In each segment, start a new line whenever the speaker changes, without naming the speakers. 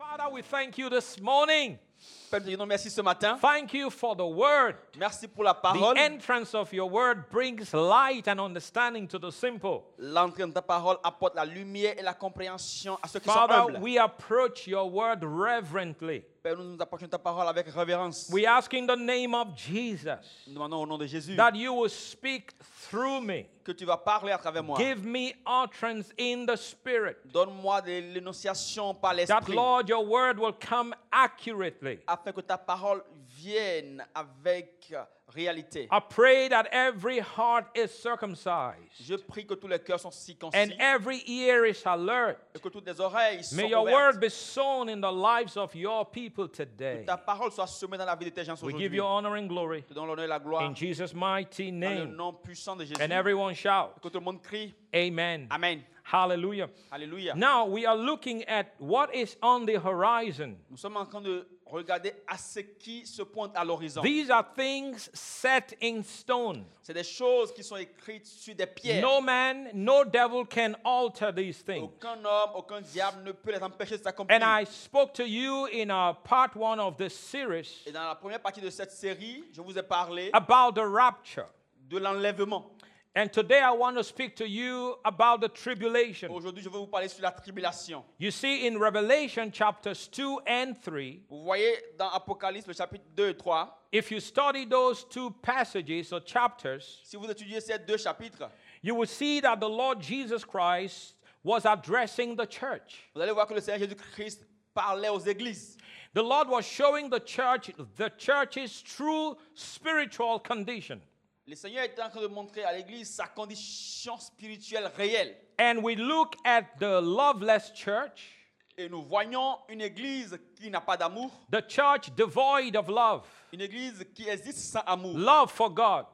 Lord, we thank you this morning.
Père, nous te rendons merci ce matin.
Thank you for the word.
Merci pour la
The
parole.
entrance of your word brings light and understanding to the simple.
L'entrée de ta parole apporte la lumière et la compréhension à ceux qui sont
Father,
humbles.
we approach your word reverently.
Père, nous nous approchons de ta parole avec révérence.
We ask in the name of Jesus
Nous demandons au nom de Jésus
that you will speak through me.
que tu vas parler à travers moi.
Give me utterance in the spirit.
Donne-moi de l'énonciation par
That,
l'esprit
Lord, your word will come accurately.
afin que ta parole vienne avec euh, réalité.
I pray that every heart is circumcised
Je prie que tous les cœurs sont circoncis
and every ear is alert.
et que toutes les oreilles sont
May your
ouvertes.
word be sown in the lives of your people today.
Ta parole soit semée dans la vie de tes gens
We
aujourd'hui.
give you
Nous
honor and glory
te donnons l'honneur et la
in
gloire
Jesus' mighty
dans le
name.
nom puissant de Jésus.
And
Que
everyone shout,
tout le monde crie.
Amen.
Amen.
Hallelujah.
Alléluia.
Now we are looking at what is on the horizon.
Nous sommes en train de regarder à ce qui se pointe à l'horizon.
These are things set in stone.
C'est des choses qui sont écrites sur des pierres.
No man, no devil can alter these things.
Aucun homme, aucun diable ne peut les empêcher de
And
s'accomplir.
I spoke to you in uh, part one of this series
Et dans la première partie de cette série, je vous ai parlé
about the rapture.
de l'enlèvement.
And today I want to speak to you about the tribulation.
Aujourd'hui, je vais vous parler sur la tribulation.
You see, in Revelation chapters 2 and 3,
Vous voyez dans Apocalypse, le chapitre 2 et 3,
if you study those two passages or chapters,
si vous étudiez ces deux chapitres,
you will see that the Lord Jesus Christ was addressing the church.
vous allez voir que le Seigneur Jésus-Christ parlait aux églises.
The Lord was showing the church the church's true spiritual condition.
Le Seigneur était en train de montrer à l'église sa condition spirituelle réelle.
And we look at the loveless church,
Et nous voyons une église qui n'a pas d'amour,
the church devoid of love,
une église qui existe sans amour.
love for God.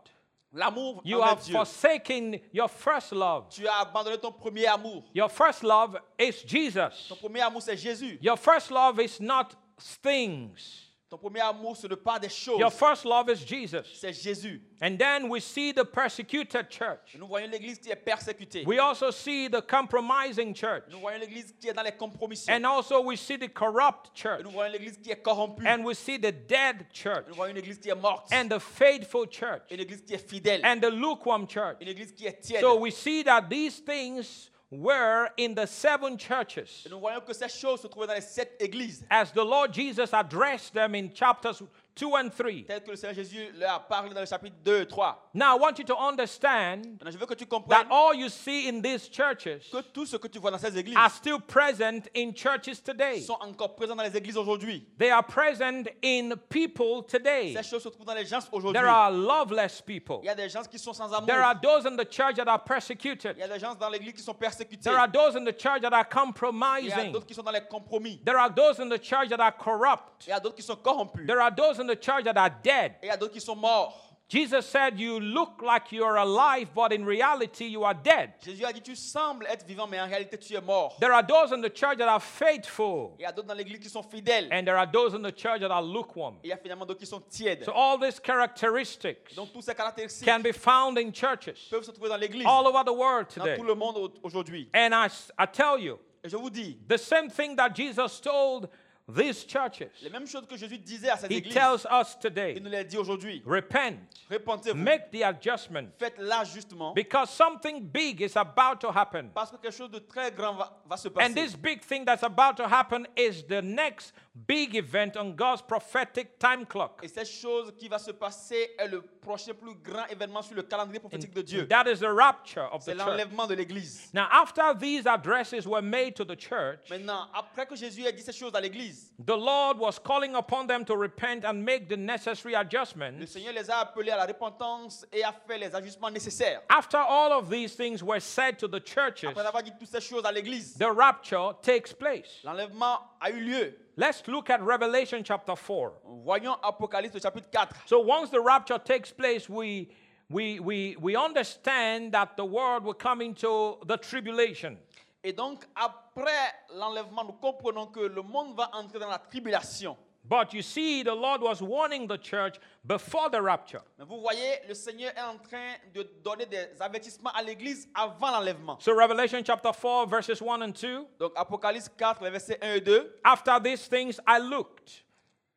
L'amour
You
envers
have
Dieu.
forsaken your first love.
Tu as abandonné ton premier amour.
Your first love is Jesus.
Ton premier amour, c'est Jésus.
Your first love is not things.
Ton premier amour, ce n'est pas des choses.
Your first love is Jesus.
C'est Jésus.
And then we see the persecuted church.
Et nous voyons l'église qui est persécutée.
We also see the compromising church.
Nous voyons l'église qui est dans les compromissions.
And also we see the corrupt
Et
church.
nous voyons l'église qui est corrompue.
And we see the dead church.
Nous voyons une église qui est morte.
And the faithful church.
Une église qui est fidèle.
And the lukewarm church.
Une église qui est tiède.
So we see that these things were in the seven churches
Et nous voyons que ces choses se trouvaient dans les sept églises.
as the Lord Jesus addressed them in chapters 2 and 3.
Tel que le Seigneur Jésus leur a parlé dans le chapitre 2 et 3.
Now I want you to understand
Maintenant, je veux que tu
that
comprennes
all you see in these churches
que tout ce que tu vois dans ces églises
are still present in churches today.
sont encore présents dans les églises aujourd'hui.
They are present in people today.
Ces choses se trouvent dans les gens aujourd'hui.
There are loveless people.
Il y a des gens qui sont sans amour.
There are
Il
those in the church that are persecuted.
y a des gens dans l'église qui sont persécutés.
There are those in the church that are
Il y a
compromising.
d'autres qui sont dans les compromis.
There are those in the church that are corrupt.
Il y a d'autres qui sont corrompus.
There are those in the church that are dead.
Et il y a d'autres qui sont morts.
Jesus said, You look like you're alive, but in reality, you are dead.
Jésus a dit, tu sembles être vivant, mais en réalité, tu es mort.
There are those in the church that are faithful,
Il y a d'autres dans l'église qui sont fidèles. Et
and there are those in the church that are lukewarm.
il y a finalement d'autres qui sont tièdes.
So, all these characteristics
Donc, toutes ces caractéristiques
can be found in churches
peuvent se trouver dans l'église,
all over the world
dans
today.
tout le monde au- aujourd'hui.
And I, s- I tell you,
Et je vous dis,
the same thing that Jesus told these churches,
les mêmes choses que Jésus disait à cette
he
église,
tells us
il
today
nous les dit aujourd'hui.
repent,
Répentez-vous,
make the adjustment,
faites l'ajustement,
because something big is about to happen.
parce que quelque chose de très grand va, va se
And
passer.
this big thing that's about to happen is the next big event on God's prophetic time clock.
Et cette chose qui va se passer est le prochain plus grand événement sur le calendrier prophétique de Dieu.
That is the rapture of
C'est
the church.
l'enlèvement de l'église.
Now, after these addresses were made to the church,
Maintenant, après que Jésus ait dit ces choses à l'église,
the Lord was calling upon them to repent and make the necessary
Le
adjustments.
Seigneur les a appelés à la repentance et a fait les ajustements nécessaires.
After all of these things were said to the churches,
Après avoir dit toutes ces choses à l'Église,
the rapture takes place.
l'enlèvement a eu lieu.
Let's look at Revelation chapter 4.
Voyons Apocalypse au chapitre 4.
So once the rapture takes place, we we we we understand that the world will come into the tribulation.
Et donc, après l'enlèvement, nous comprenons que le monde va entrer dans la tribulation.
But you see, the Lord was warning the church before the rapture.
Mais vous voyez, le Seigneur est en train de donner des avertissements à l'Église avant l'enlèvement.
So, Revelation chapter 4, verses 1 and 2.
Donc Apocalypse 4, les versets 1 et 2.
After these things I looked,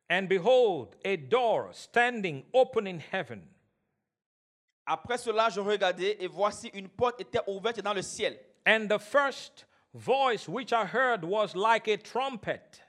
and behold, a door standing open in heaven.
Après cela, je regardai et voici une porte était ouverte dans le ciel.
And the first voice which I heard was like a trumpet.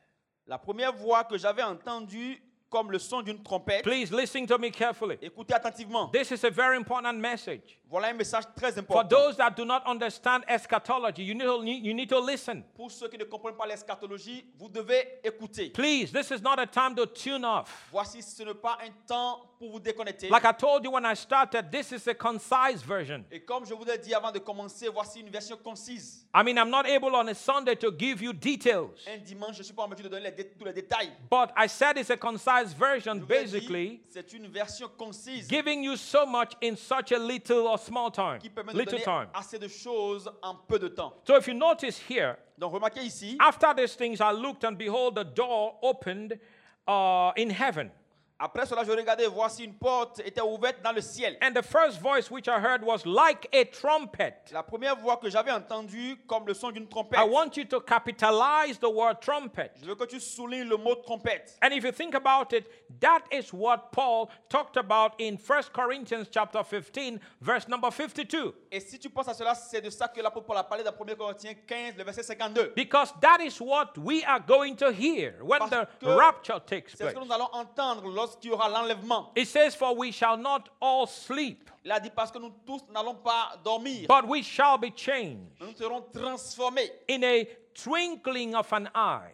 La première voix que j'avais entendue comme le son d'une trompette.
Please listen to me carefully.
Écoutez attentivement.
This is a very important message.
Voilà un message très
For
important.
those that do not understand eschatology, you need to, you need to listen.
Pour ceux qui ne comprennent pas l'eschatologie, vous devez écouter.
Please, this is not a time to tune off.
Voici, ce n'est pas un temps pour vous déconnecter.
Like I told you when I started, this is a concise version.
Et comme je vous l'ai dit avant de commencer, voici une version concise.
I mean, I'm not able on a Sunday to give you details,
Un dimanche, je ne suis pas en mesure de donner les dé- tous les détails.
but I said it's a concise version,
Je vous ai dit,
basically
c'est une version concise
giving you so much in such a little or small time.
qui permet de
Little
donner
time.
assez de choses en peu de temps.
So if you notice here,
Donc remarquez ici,
after these things, I looked and behold, the door opened uh, in heaven.
après cela, je regardais, voici une porte était ouverte dans le ciel.
And the first voice which I heard was like a trumpet.
La première voix que j'avais entendue comme le son d'une trompette.
I want you to capitalize the word trumpet.
Je veux que tu soulignes le mot trompette.
And if you think about it, that is what Paul talked about in 1 Corinthians chapter 15, verse number 52.
Et si tu penses à cela, c'est de ça que l'apôtre Paul a parlé dans 1 Corinthiens 15, le verset 52.
Because that is what we are going to hear when
Parce
the
que
rapture takes
C'est ce
place.
que nous allons entendre lorsqu'il y aura l'enlèvement.
It says, For we shall not all sleep,
Il a dit parce que nous tous n'allons pas dormir,
but we shall be changed
mais nous serons transformés
in a twinkling of an eye.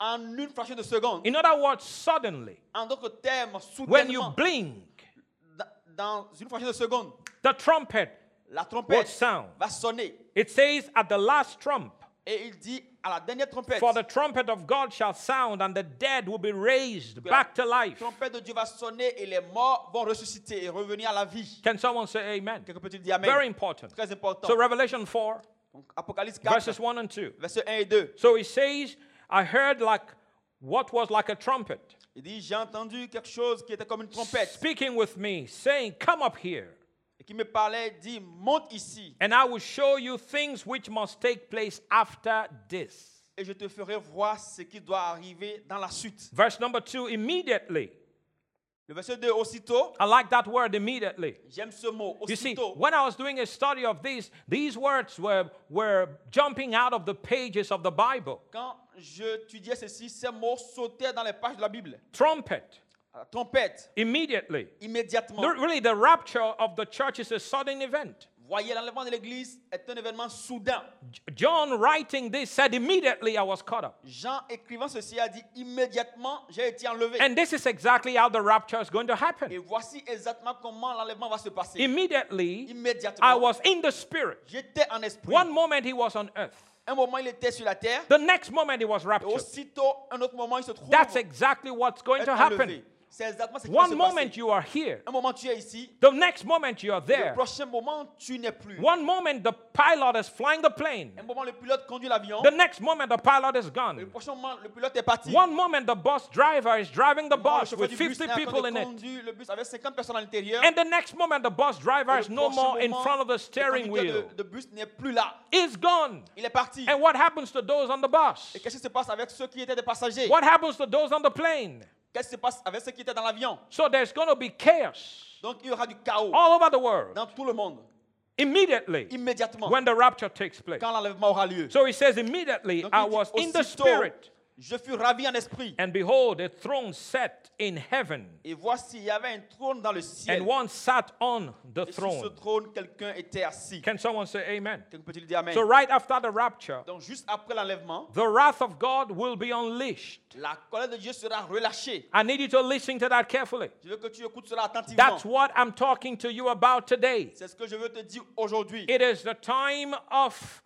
en une fraction de seconde.
In other words, suddenly,
En d'autres termes,
when you
soudainement,
blink,
da- dans une fraction de seconde,
the trumpet,
la
What
trompette
sound?
va sonner.
It says, At the last trump,
Et il dit à la dernière trompette,
For the trumpet of God shall sound, and the dead will be raised
que
back to
la
life.
trompette de Dieu va sonner et les morts vont ressusciter et revenir à la vie.
Can someone say amen?
Quelqu'un peut-il dire Amen
Very important.
Très important.
So, Revelation 4,
Donc, Apocalypse 4,
verses 1 and 2.
versets 1 et 2.
So it says, I heard like what was like a trumpet
Il dit, j'ai entendu quelque chose qui était comme une trompette
speaking with me, saying, Come up here,
et qui me parlait, dit, monte ici
and I will show you things which must take place after this.
et je te ferai voir ce qui doit arriver dans la suite.
Verse number 2 immediately.
Le verset 2, aussitôt,
I like that word immediately.
j'aime ce mot,
You see,
aussitôt.
when I was doing a study of this, these words were, were jumping out of the pages of the Bible.
Quand je étudiais ceci, ces mots sautaient dans les pages de la Bible.
Trumpet,
La trompette,
immediately.
immédiatement.
The- really, the rapture of the church is a sudden event.
Voyez, l'enlèvement de l'Église est un événement soudain.
J- John, writing this, said, Immediately I was caught up.
Jean, écrivant ceci, a dit, immédiatement, j'ai été enlevé.
And this is exactly how the rapture is going to
Et
happen.
voici exactement comment l'enlèvement va se passer.
Immediately, I
Immédiatement,
was in the spirit.
j'étais en esprit.
One moment he was on earth,
Un moment, il était sur la terre.
the next moment he was
Et
raptured.
aussitôt, un autre moment, il se trouve
That's exactly what's going
être
to happen.
enlevé. C'est exactement ce qui va se
One moment
passer.
you are here,
Un moment, tu es ici.
the next moment you are
Le
there.
prochain moment, tu n'es plus.
One moment the pilot is flying the plane,
Un moment, le pilote conduit l'avion.
the next moment the pilot is
Le
gone.
prochain moment, le pilote est parti.
One moment the bus driver is driving the
Un moment, le
bus
chauffeur
with
du bus
50
n'a
people
pas
in it.
conduit le bus avec 50 personnes à l'intérieur.
And the next moment the bus driver
Et
is
le
no
prochain
more in
moment,
front of the
le
steering
conducteur
wheel.
De, de bus n'est plus là.
It's gone.
Il est parti.
And what happens to those on the bus?
Et qu'est-ce qui se passe avec ceux qui étaient des passagers
What happens to those on the plane?
Qu'est-ce qui se passe avec ceux qui étaient dans l'avion
So there's going to be chaos
Donc, il y aura du chaos
all over the world
dans tout le monde.
immediately
Immédiatement,
when the rapture takes place.
quand l'enlèvement aura lieu.
So he says, Immediately
Donc,
I
il dit,
was in the
aussitôt,
spirit,
Je fus ravi en esprit.
and behold, a throne set in heaven,
Et voici, il y avait un trône dans le
and
ciel.
one sat on the
Et sur ce
throne.
trône, quelqu'un était assis.
Can someone say amen?
Quelqu'un peut-il dire Amen
So, right after the rapture,
Donc, juste après l'enlèvement,
the wrath of God will be unleashed.
la colère de Dieu sera relâchée.
I need you to listen to that carefully.
Je veux que tu écoutes cela attentivement.
That's what I'm talking to you about today.
C'est ce que je veux te dire aujourd'hui.
It is the time of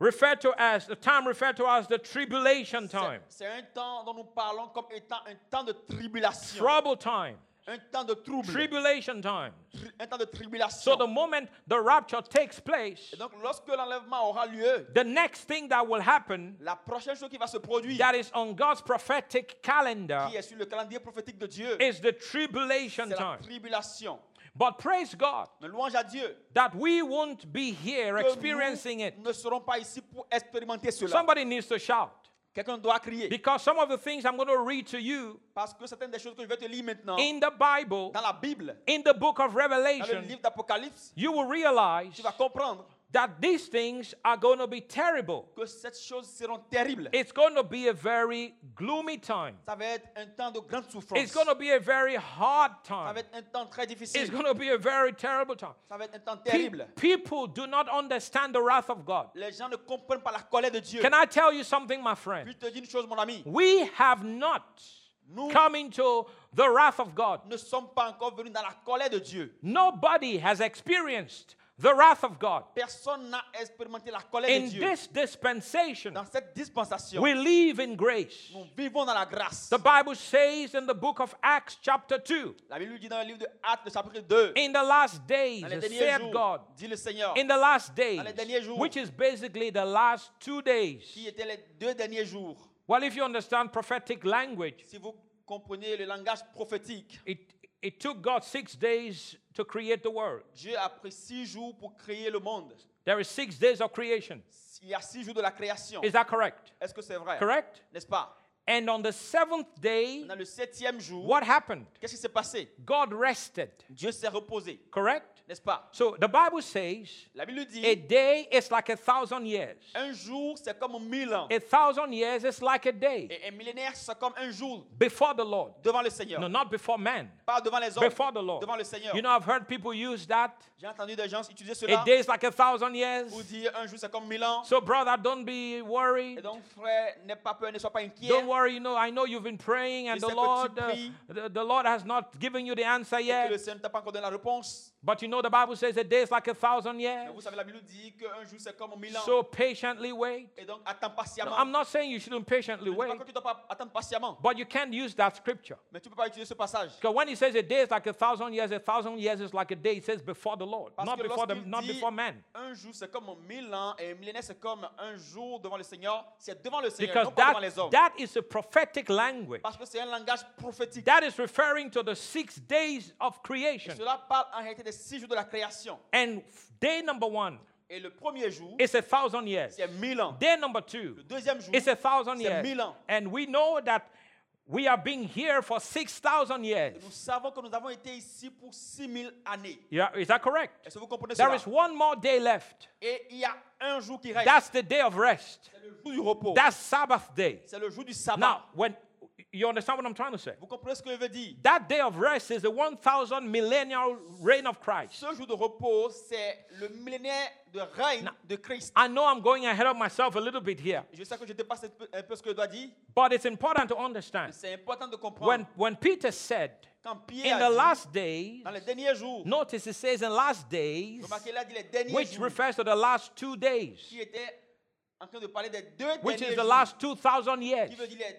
referred to as the time referred to as the tribulation
C'est
time,
c'est un temps dont nous parlons comme étant un temps de tribulation,
trouble time,
un temps de trouble,
tribulation times.
tri- un temps de
So
tribulation.
the moment the rapture takes place,
Et donc, lorsque l'enlèvement aura lieu,
the next thing that will happen
la prochaine chose qui va se produire,
that is on God's prophetic calendar
qui est sur le calendrier prophétique de Dieu,
is the tribulation
c'est la
time.
tribulation.
But praise God
Mais louange à Dieu.
that we won't be here
que
experiencing
nous
it.
ne serons pas ici pour expérimenter cela.
Somebody needs to shout
Quelqu'un doit crier.
because some of the things I'm going to read to you
Parce que certaines des choses que je vais te lire maintenant,
in the Bible,
dans la Bible,
in the book of
dans le
Revelation,
livre d'Apocalypse,
you will realize
tu vas comprendre
that these things are going to be terrible.
que ces choses seront terribles.
It's going to be a very gloomy time.
Ça va être un temps de grande souffrance.
It's going to
Ça
be a very hard time.
va être un temps très
It's
difficile.
going to be a very terrible time.
Ça va être un temps
Pe-
terrible.
people do not understand the wrath of God.
Les gens ne comprennent pas la colère de Dieu.
Can I tell you something, my friend?
Puis je te dis une chose, mon ami.
We have not
Nous
come into the wrath of God.
ne sommes pas encore venus dans la colère de Dieu.
Nobody has experienced the wrath of God.
Personne n'a expérimenté la colère de
In
Dieu.
this dispensation,
Dans cette dispensation,
we live in grace.
nous vivons dans la grâce.
The Bible says in the book of Acts, chapter 2,
La Bible dit dans le livre de Actes, le chapitre 2,
in the last days,
dans les derniers
said
jours,
God,
dit le Seigneur,
in the last days,
les derniers jours.
which is basically the last two days.
qui étaient les deux derniers jours.
Well, if you understand prophetic language,
Si vous comprenez le langage prophétique,
it, it took God six days to create the world.
Dieu a pris six jours pour créer le monde.
There is six days of creation.
Il y a six jours de la création.
Is that correct?
Est-ce que c'est vrai?
Correct?
N'est-ce pas?
And on the seventh day,
Dans le septième jour,
what happened?
qu'est-ce qui s'est passé?
God rested.
Dieu s'est reposé,
Correct?
n'est-ce pas?
So the Bible says
La Bible dit,
a day is like a thousand years.
un jour, c'est comme mille ans.
A thousand years is like a day
Et un millénaire, c'est comme un jour
before the Lord.
devant le Seigneur.
No, not before man.
Pas devant les hommes,
Before the Lord.
devant le Seigneur.
You know, I've heard people use that.
J'ai entendu des gens utiliser
A
cela
day is like a thousand years.
pour dire un jour, c'est comme mille ans.
So, brother, don't be
Et
worried.
donc, frère, n'aie pas peur, ne sois pas inquiet.
Don't worry. You know, I know you've been praying, and
Je
the
sais que tu
Lord, uh,
pries.
the, the Lord has not given you the answer
Et que le
yet.
Seigneur ne t'a pas encore donné la réponse.
But you know, the Bible says a day is like a thousand
Mais
years.
vous savez, la Bible dit qu'un jour c'est comme mille ans.
So patiently wait.
et donc, attends
No,
patiemment.
I'm not saying you shouldn't patiently
Je ne dis
wait,
pas que tu dois pas attendre patiemment.
but you can't use that scripture.
Mais tu ne peux pas utiliser ce passage.
Because when he says a day is like a thousand years, a thousand years is like a day. It says before the Lord,
Parce
not
que
before the,
lorsqu'il
not
dit-
before man.
Un jour c'est comme mille ans et un millénaire c'est comme un jour devant le Seigneur. C'est devant le Seigneur,
Because
non pas devant les
that,
hommes.
that is a prophetic language.
Parce que c'est un langage prophétique.
That is referring to the six days of
Et
creation.
cela parle en réalité des six jours de la création.
And f- day number one
Et le premier jour,
is a thousand years.
c'est mille ans.
Day number two
Le deuxième jour,
is a thousand
c'est
years.
mille ans.
And we know that we are being here for 6,000 years.
nous savons que nous avons été ici pour six mille années.
Yeah, is that correct?
Est-ce que vous comprenez
There
cela?
is one more day left.
Et il y a un jour qui reste.
That's the day of rest.
C'est le jour du repos.
That's Sabbath day.
C'est le jour du sabbat.
Now, when you understand what I'm trying to say?
Vous comprenez ce que je veux dire
That day of rest is the 1,000 millennial reign of Christ.
Ce jour de repos, c'est le millénaire de règne de Christ.
I know I'm going ahead of myself a little bit here,
Je sais que je dépasse un peu, un peu ce que je dois dire.
but it's important to understand.
C'est important de comprendre.
When, when Peter said,
quand Pierre
in
a
the
dit,
last days,
dans les derniers jours,
notice it says in last days,
remarquez, il a dit les derniers
which
jours,
refers to the last two days,
qui était en train de parler des deux
which
derniers
is the
jours,
last 2,000 years.
qui veut dire les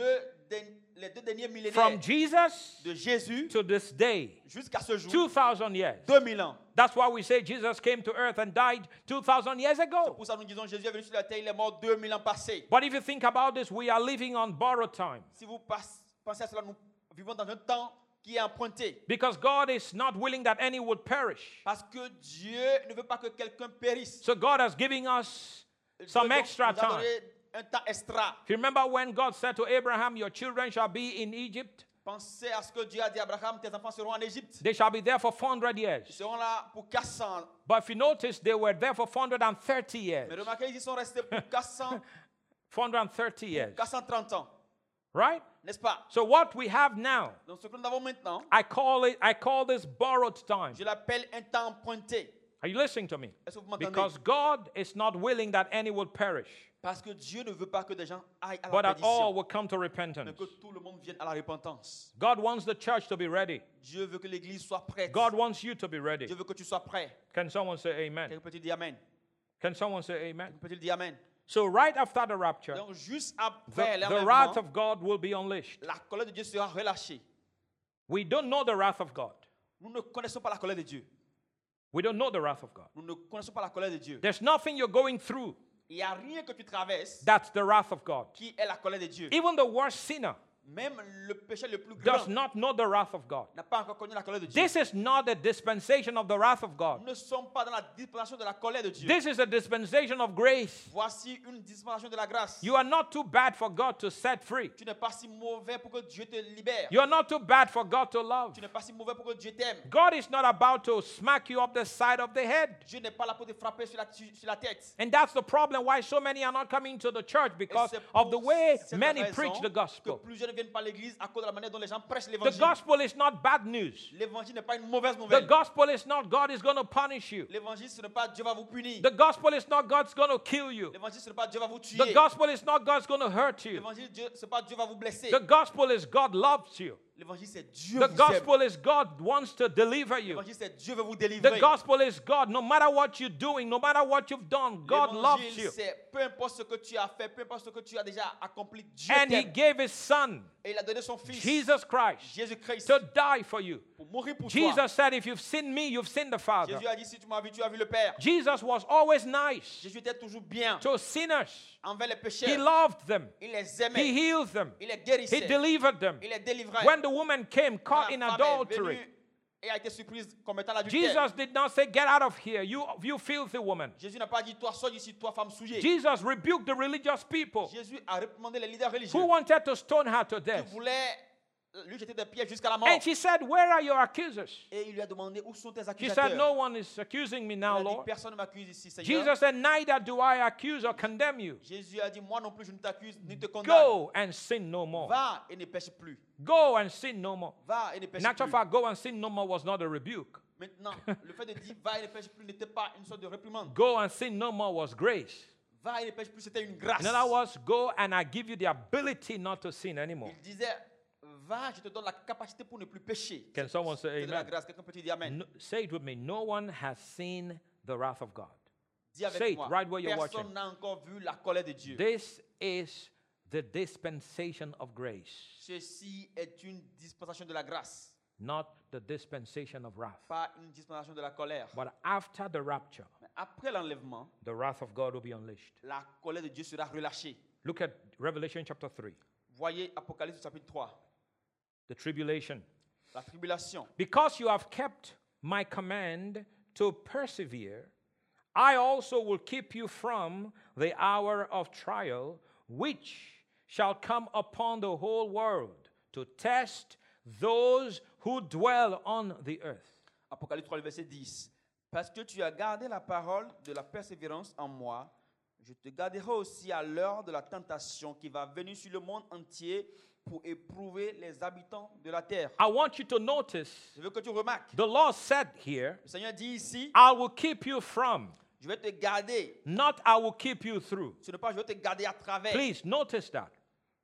deux, dern- les deux derniers millénaires
From Jesus
de Jésus
to this day,
jusqu'à ce jour,
2,000 years.
2000 ans.
That's why we say Jesus came to earth and died 2,000 years ago.
Pour ça, nous disons, Jésus est venu sur la terre, il est mort 2000 ans passés.
But if you think about this, we are living on borrowed time
Si vous passe- pensez à cela, nous vivons dans un temps qui est emprunté.
because God is not willing that any would perish.
Parce que Dieu ne veut pas que quelqu'un périsse.
So God has given us
Dieu
some
donc
extra
nous a
time.
donné Un temps extra.
If you remember when God said to Abraham, Your children shall be in Egypt,
Pensez à ce que Dieu a dit à Abraham, tes enfants seront en Égypte.
they shall be there for 400
Ils
years.
seront là pour 400.
But if you notice, they were there for 430 years.
Mais remarquez, ils sont restés pour 400,
430 years.
430 ans.
Right?
N'est-ce pas?
So what we have now,
Donc ce que nous avons maintenant,
I call it I call this borrowed time.
je l'appelle un temps emprunté.
Are you listening to me?
Est-ce que vous m'entendez?
Because God is not willing that any would perish,
Parce que Dieu ne veut pas que des gens aillent à
but
la
that all
perdition,
will come to
mais
repentance.
que tout le monde vienne à la repentance.
God wants the church to be ready.
Dieu veut que l'Église soit prête.
God wants you to be ready.
Dieu veut que tu sois prêt.
Can someone say amen?
Quelqu'un peut-il dire Amen?
Can someone say amen?
Quelqu'un peut-il dire Amen?
So, right after the rapture,
Donc juste
the,
après
the wrath
l'enlèvement,
of God will be unleashed.
la colère de Dieu sera relâchée.
We don't know the wrath of God.
Nous ne connaissons pas la colère de Dieu.
We don't know the wrath of God.
Nous ne connaissons pas la colère de Dieu.
There's nothing you're going through
Il n'y a rien que tu traverses
that's the wrath of God.
qui est la colère de Dieu.
Even the worst sinner
Même le péché le plus grand
does not know the wrath of God.
n'a pas encore connu la colère de Dieu.
This is not a dispensation of the wrath of
Nous
God.
ne sommes pas dans la dispensation de la colère de Dieu.
This is a dispensation of grace.
Voici une dispensation de la grâce.
You are not too bad for God to set free.
Tu n'es pas si mauvais pour que Dieu te libère.
You are not too bad for God to love.
Tu n'es pas si mauvais pour que Dieu t'aime.
God is not about to smack you up the side of the head.
Dieu n'est pas là pour te frapper sur la, sur la tête.
And that's the problem why so many are not coming to the church
Et
because
c'est
of the
pour
way
cette
many
raison
preach the gospel.
Que plusieurs ne viennent pas à l'église à cause de la manière dont les gens prêchent
The
l'évangile.
gospel is not bad news.
L'évangile n'est pas une mauvaise
The
nouvelle.
gospel is not God is going to punish you.
L'évangile, ce n'est pas Dieu va vous punir.
The gospel is not God's going to kill you.
L'évangile, ce n'est pas Dieu va vous tuer.
The gospel is not God's going to hurt you.
L'évangile, Dieu- ce n'est pas Dieu va vous blesser.
The gospel is God loves you.
L'évangile, c'est Dieu
The
vous aime.
gospel is God wants to deliver you.
L'évangile, c'est Dieu veut vous
The
délivrer.
gospel is God. No matter what you're doing, no matter what you've done, God loves
L'évangile,
you.
c'est peu importe ce que tu as fait, peu importe ce que tu as déjà accompli, Dieu
And He
t'aime.
gave His Son,
Et il a donné son fils,
Jesus Christ,
Jésus-Christ,
to die for you.
pour mourir pour toi.
Jesus said, If you've seen me, you've seen the Father.
Jésus a dit, si tu m'as vu, tu as vu le Père.
Jesus was always nice
Jésus était toujours bien
to sinners.
envers les
He
pécheurs.
loved them,
Il les aimait.
He healed them,
Il les
He
guérissait.
delivered them.
Il les délivrait.
When the woman came caught in
La femme est
adultery,
venue et a été surprise comme étant l'adultère.
Jesus did not say, Get out of here, you, you filthy woman.
Jésus n'a pas dit, toi, sors d'ici, toi, femme souillée.
Jesus rebuked the religious people
Jésus a reprimandé les leaders religieux
who wanted to stone her to
qui
death.
voulaient lui jeter des pierres jusqu'à la mort.
And she said, Where are your accusers?
Et il lui a demandé où sont tes
She said, No
accusateurs.
one is accusing me
Il
now,
a dit,
Lord.
personne ne m'accuse ici, Seigneur.
Jesus said, Neither do I accuse or condemn you.
Jésus a dit, moi non plus, je ne t'accuse ni te condamne.
Go and sin no more.
Va et ne pêche plus.
Go and sin no more.
Va et ne pêche
In actual
plus.
fact, go and sin no more was not a rebuke.
Maintenant, le fait de dire va et ne pêche plus n'était pas une sorte de réprimande.
Go and sin no more was grace.
Va et ne pêche plus, c'était une grâce.
In other words, go and I give you the ability not to sin anymore.
Il disait, va, je te donne la capacité pour ne plus pécher.
Can someone say
C'est de la
amen?
grâce. Quelqu'un peut dire amen.
No- say it with me. No one has seen the wrath of God.
Dis avec
Say it
moi.
right where you're watching.
personne n'a encore vu la colère de Dieu.
This is the dispensation of grace,
Ceci est une dispensation de la grâce,
not the dispensation of wrath.
pas une dispensation de la colère.
But after the rapture,
Mais après l'enlèvement,
the wrath of God will be unleashed.
la colère de Dieu sera relâchée.
Look at Revelation chapter 3,
Voyez Apocalypse chapitre 3.
the tribulation.
La tribulation.
Because you have kept my command to persevere, I also will keep you from the hour of trial, which shall come upon the whole world to test those who dwell on the earth.
Apocalypse 3, le verset 10. Parce que tu as gardé la parole de la persévérance en moi, je te garderai aussi à l'heure de la tentation qui va venir sur le monde entier pour éprouver les habitants de la terre.
I want you to notice
Je veux que tu remarques.
the Lord said here,
Le Seigneur dit ici,
I will keep you from,
je vais te garder.
not I will keep you through.
Ce n'est pas je vais te garder à travers.
Please notice that.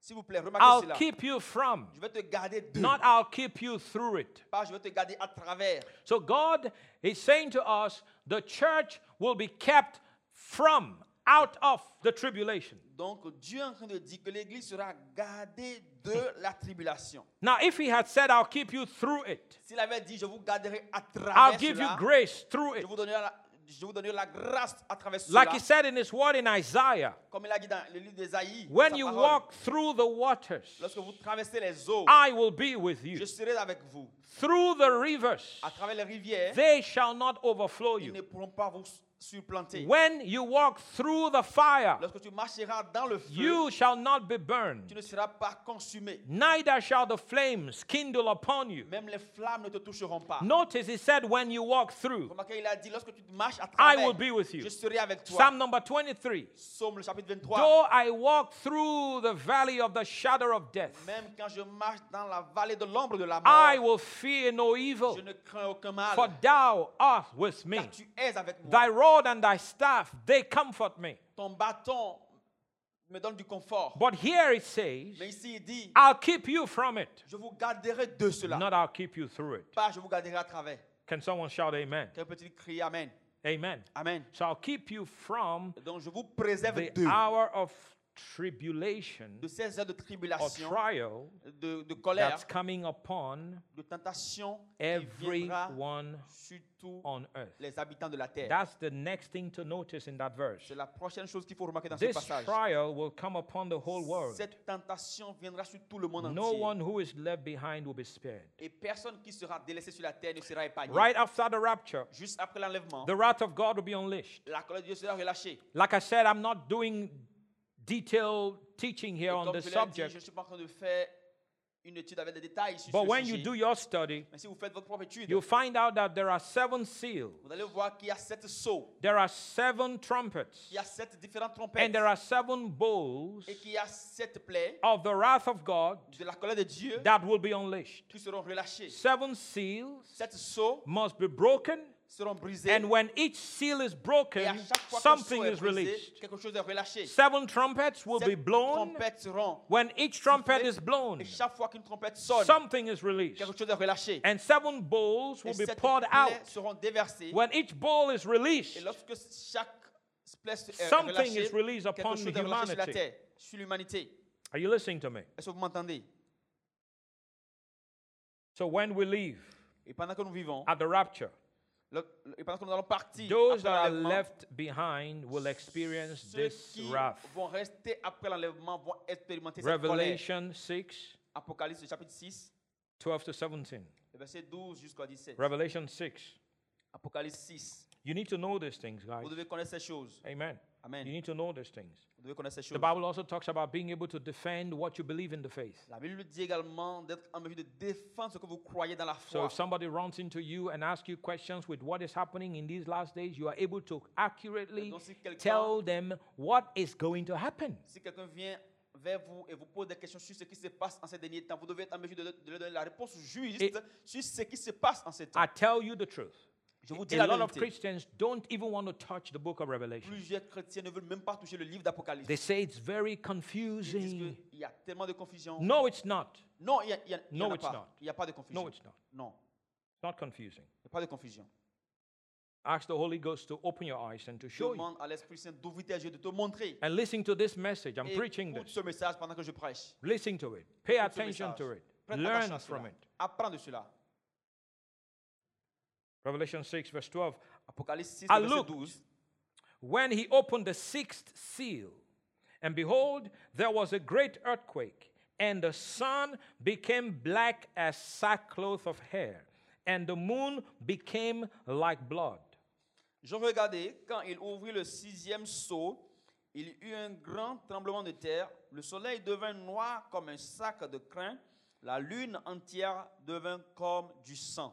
S'il vous plaît, remarquez
I'll
cela.
keep you from,
Je vais te garder de.
not I'll keep you through it.
Pas je vais te garder à travers.
So God is saying to us, the church will be kept from, out of the tribulation.
Donc Dieu est en train de dire que l'Église sera gardée de la tribulation.
Now, if He had said, I'll keep you through it,
S'il avait dit, je vous garderai à travers
I'll give you
cela,
grace through it,
je, vous donnerai la, je vous donnerai la grâce à travers
like He
cela.
said in His word in Isaiah,
Comme il a dit dans le livre d'Ésaïe, dans
when
sa
you
parole,
walk through the waters,
lorsque vous traversez les eaux,
I will be with
je
you.
serai avec vous.
Through the rivers,
À travers les rivières,
they shall not overflow
ils ne
you.
pourront pas vous surplanter.
When you walk through the fire,
Lorsque tu marcheras dans le feu,
you shall not be
tu
burned,
ne seras pas consumé.
neither shall the flames kindle upon you.
Même les flammes ne te toucheront pas.
Notice he said, when you walk through,
Remarquez, il a dit, lorsque tu marches à travers,
will be with you.
je serai avec toi.
Psalm number 23.
Psaume le chapitre 23.
Though I walk through the valley of the shadow of death,
Même quand je marche dans la vallée de l'ombre de la
I
mort,
will fear no evil,
je ne crains aucun mal.
for thou art with me.
Car tu es avec moi.
Thy rod and thy staff, they comfort me.
Ton bâton me donne du confort.
But here it says,
Mais ici, il dit,
I'll keep you from it,
je vous garderai de cela.
not I'll keep you through it.
Pas je vous garderai à travers.
Can someone shout amen?
Quel petit cri, Amen.
Amen.
Amen.
So I'll keep you from
Donc, je vous préserve
the
de
hour of tribulation
de ces heures de
or
tribulation,
trial
de, de colère,
that's coming upon
de tentation qui viendra
everyone
sur tous
on earth.
les habitants de la terre.
That's the next thing to notice in that verse.
C'est la prochaine chose qu'il faut remarquer dans ce
This
passage.
trial will come upon the whole world.
Cette tentation viendra sur tout le monde
No
entier.
one who is left behind will be spared.
Et personne qui sera délaissé sur la terre ne sera épargné.
Right after the rapture,
Juste après l'enlèvement,
the wrath of God will be unleashed.
la colère de Dieu sera relâchée.
Like I said, I'm not doing detailed teaching
Et
here on
comme
the
je l'ai dit, je
subject,
ne suis pas en train de faire une étude avec des détails sur
but
ce
when
sujet.
you do your study,
Mais si vous faites votre propre étude,
you'll find out that there are seven seals,
vous allez voir qu'il y a sept sceaux,
there are seven trumpets,
qu'il y a sept différentes trompettes,
and there are seven bowls
et qu'il y a sept plaies
of the wrath of God
de la colère de Dieu
that will be unleashed.
qui seront relâchées.
Seven seals
Sept sceaux
must be broken,
seront brisés.
and when each seal is
et à
broken,
chaque fois qu'un
something
sceau est
is
brisé,
released.
quelque chose est relâché.
Seven trumpets will
Sept
be blown.
trompettes seront
When each trumpet
sifflées,
is blown,
Et chaque fois qu'une trompette sonne,
something is released.
quelque chose est relâché.
And seven bowls
et
will be
sept
poured
plaies
out.
seront déversées.
When each bowl is released,
Et lorsque chaque plaie se- est
Something
relâchée,
is released
quelque
upon
chose est relâché sur la
humanity.
terre, sur l'humanité.
are you listening to me?
Est-ce que vous m'entendez
So when we leave
Et pendant que nous vivons,
at the rapture,
le- le- et pendant que nous allons partir,
Ah. those
après
that are
l'enlèvement,
left behind will experience
ceux
this
qui
wrath.
vont rester après l'enlèvement vont expérimenter cette colère.
Revelation 6,
Apocalypse chapitre 6,
12 to 17.
le verset 12 jusqu'à 17.
Revelation 6.
Apocalypse 6.
You need to know these things, guys.
Vous devez connaître ces choses.
Amen. You
Amen.
need to know these things.
Vous devez connaître ces choses.
The Bible also talks about being able to defend what you believe in the faith.
La Bible dit également d'être en mesure de défendre ce que vous croyez dans la
So
foi.
if somebody runs into you and asks you questions with what is happening in these last days, you are able to accurately
Donc, si quelqu'un-
tell them what is going to happen.
Si quelqu'un vient vers vous et vous pose des questions sur ce qui se passe en ces derniers temps, vous devez être en mesure de, de lui donner la réponse juste
Et-
sur ce qui se passe en ces temps.
I tell you the truth.
Je vous dis
A
la
lot of
vérité.
Christians don't even want to touch the book of Revelation.
Plusieurs chrétiens ne veulent même pas toucher le livre d'Apocalypse.
They say it's very
Ils disent
confusing.
qu'il y a tellement de confusion.
No, it's not.
Non, il y a- il y a- il y en
No,
a
it's not.
pas. Il n'y a pas de confusion.
No, it's not.
Non,
It's not confusing.
il n'y a pas de confusion.
Ask the Holy Ghost to open your eyes and to
Je
show you.
demande à l'Esprit Saint d'ouvrir tes yeux, de te montrer.
And listen to this message. I'm
Et
preaching
écoute
this.
ce message pendant que je prêche.
Listen to it. Pay
Écoute ce
attention
message.
to it.
Prête attention
Learn
à cela.
from it.
Apprends de cela.
Revelation 6, verse 12.
Apocalypse 6,
I
le verset
looked.
12.
When he opened the sixth seal, and behold, there was a great earthquake, and the sun became black as sackcloth of hair, and the moon became like blood.
Je regardais, quand il ouvrit le sixième seau, il y eut un grand tremblement de terre. Le soleil devint noir comme un sac de crin. La lune entière devint comme du sang.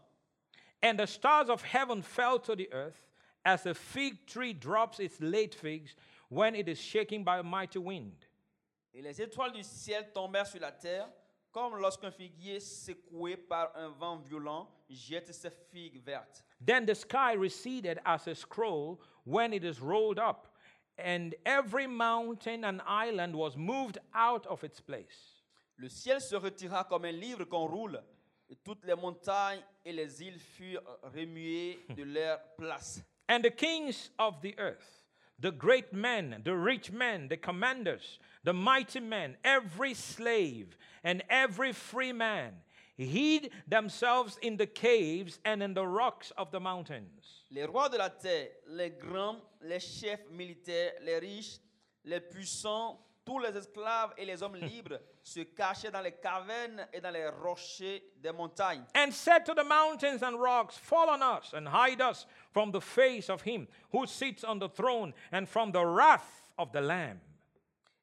And the stars of heaven fell to the earth, as a fig tree drops its late figs when it is shaken by a mighty wind.
Et les étoiles du ciel tombèrent sur la terre, comme lorsqu'un figuier secoué par un vent violent jette ses figues vertes.
Then the sky receded as a scroll when it is rolled up, and every mountain and island was moved out of its place.
Le ciel se retira comme un livre qu'on roule, et toutes les montagnes et les îles furent remuées de leur place.
And the kings of the earth, the great men, the rich men, the commanders, the mighty men, every slave and every free man hid themselves in the caves and in the rocks of the mountains.
Les rois de la terre, les grands, les chefs militaires, les riches, les puissants, tous les esclaves et les hommes libres se cachaient dans les cavernes et dans les rochers des montagnes.
And said to the mountains and rocks, Fall on us and hide us from the face of him who sits on the throne and from the wrath of the Lamb.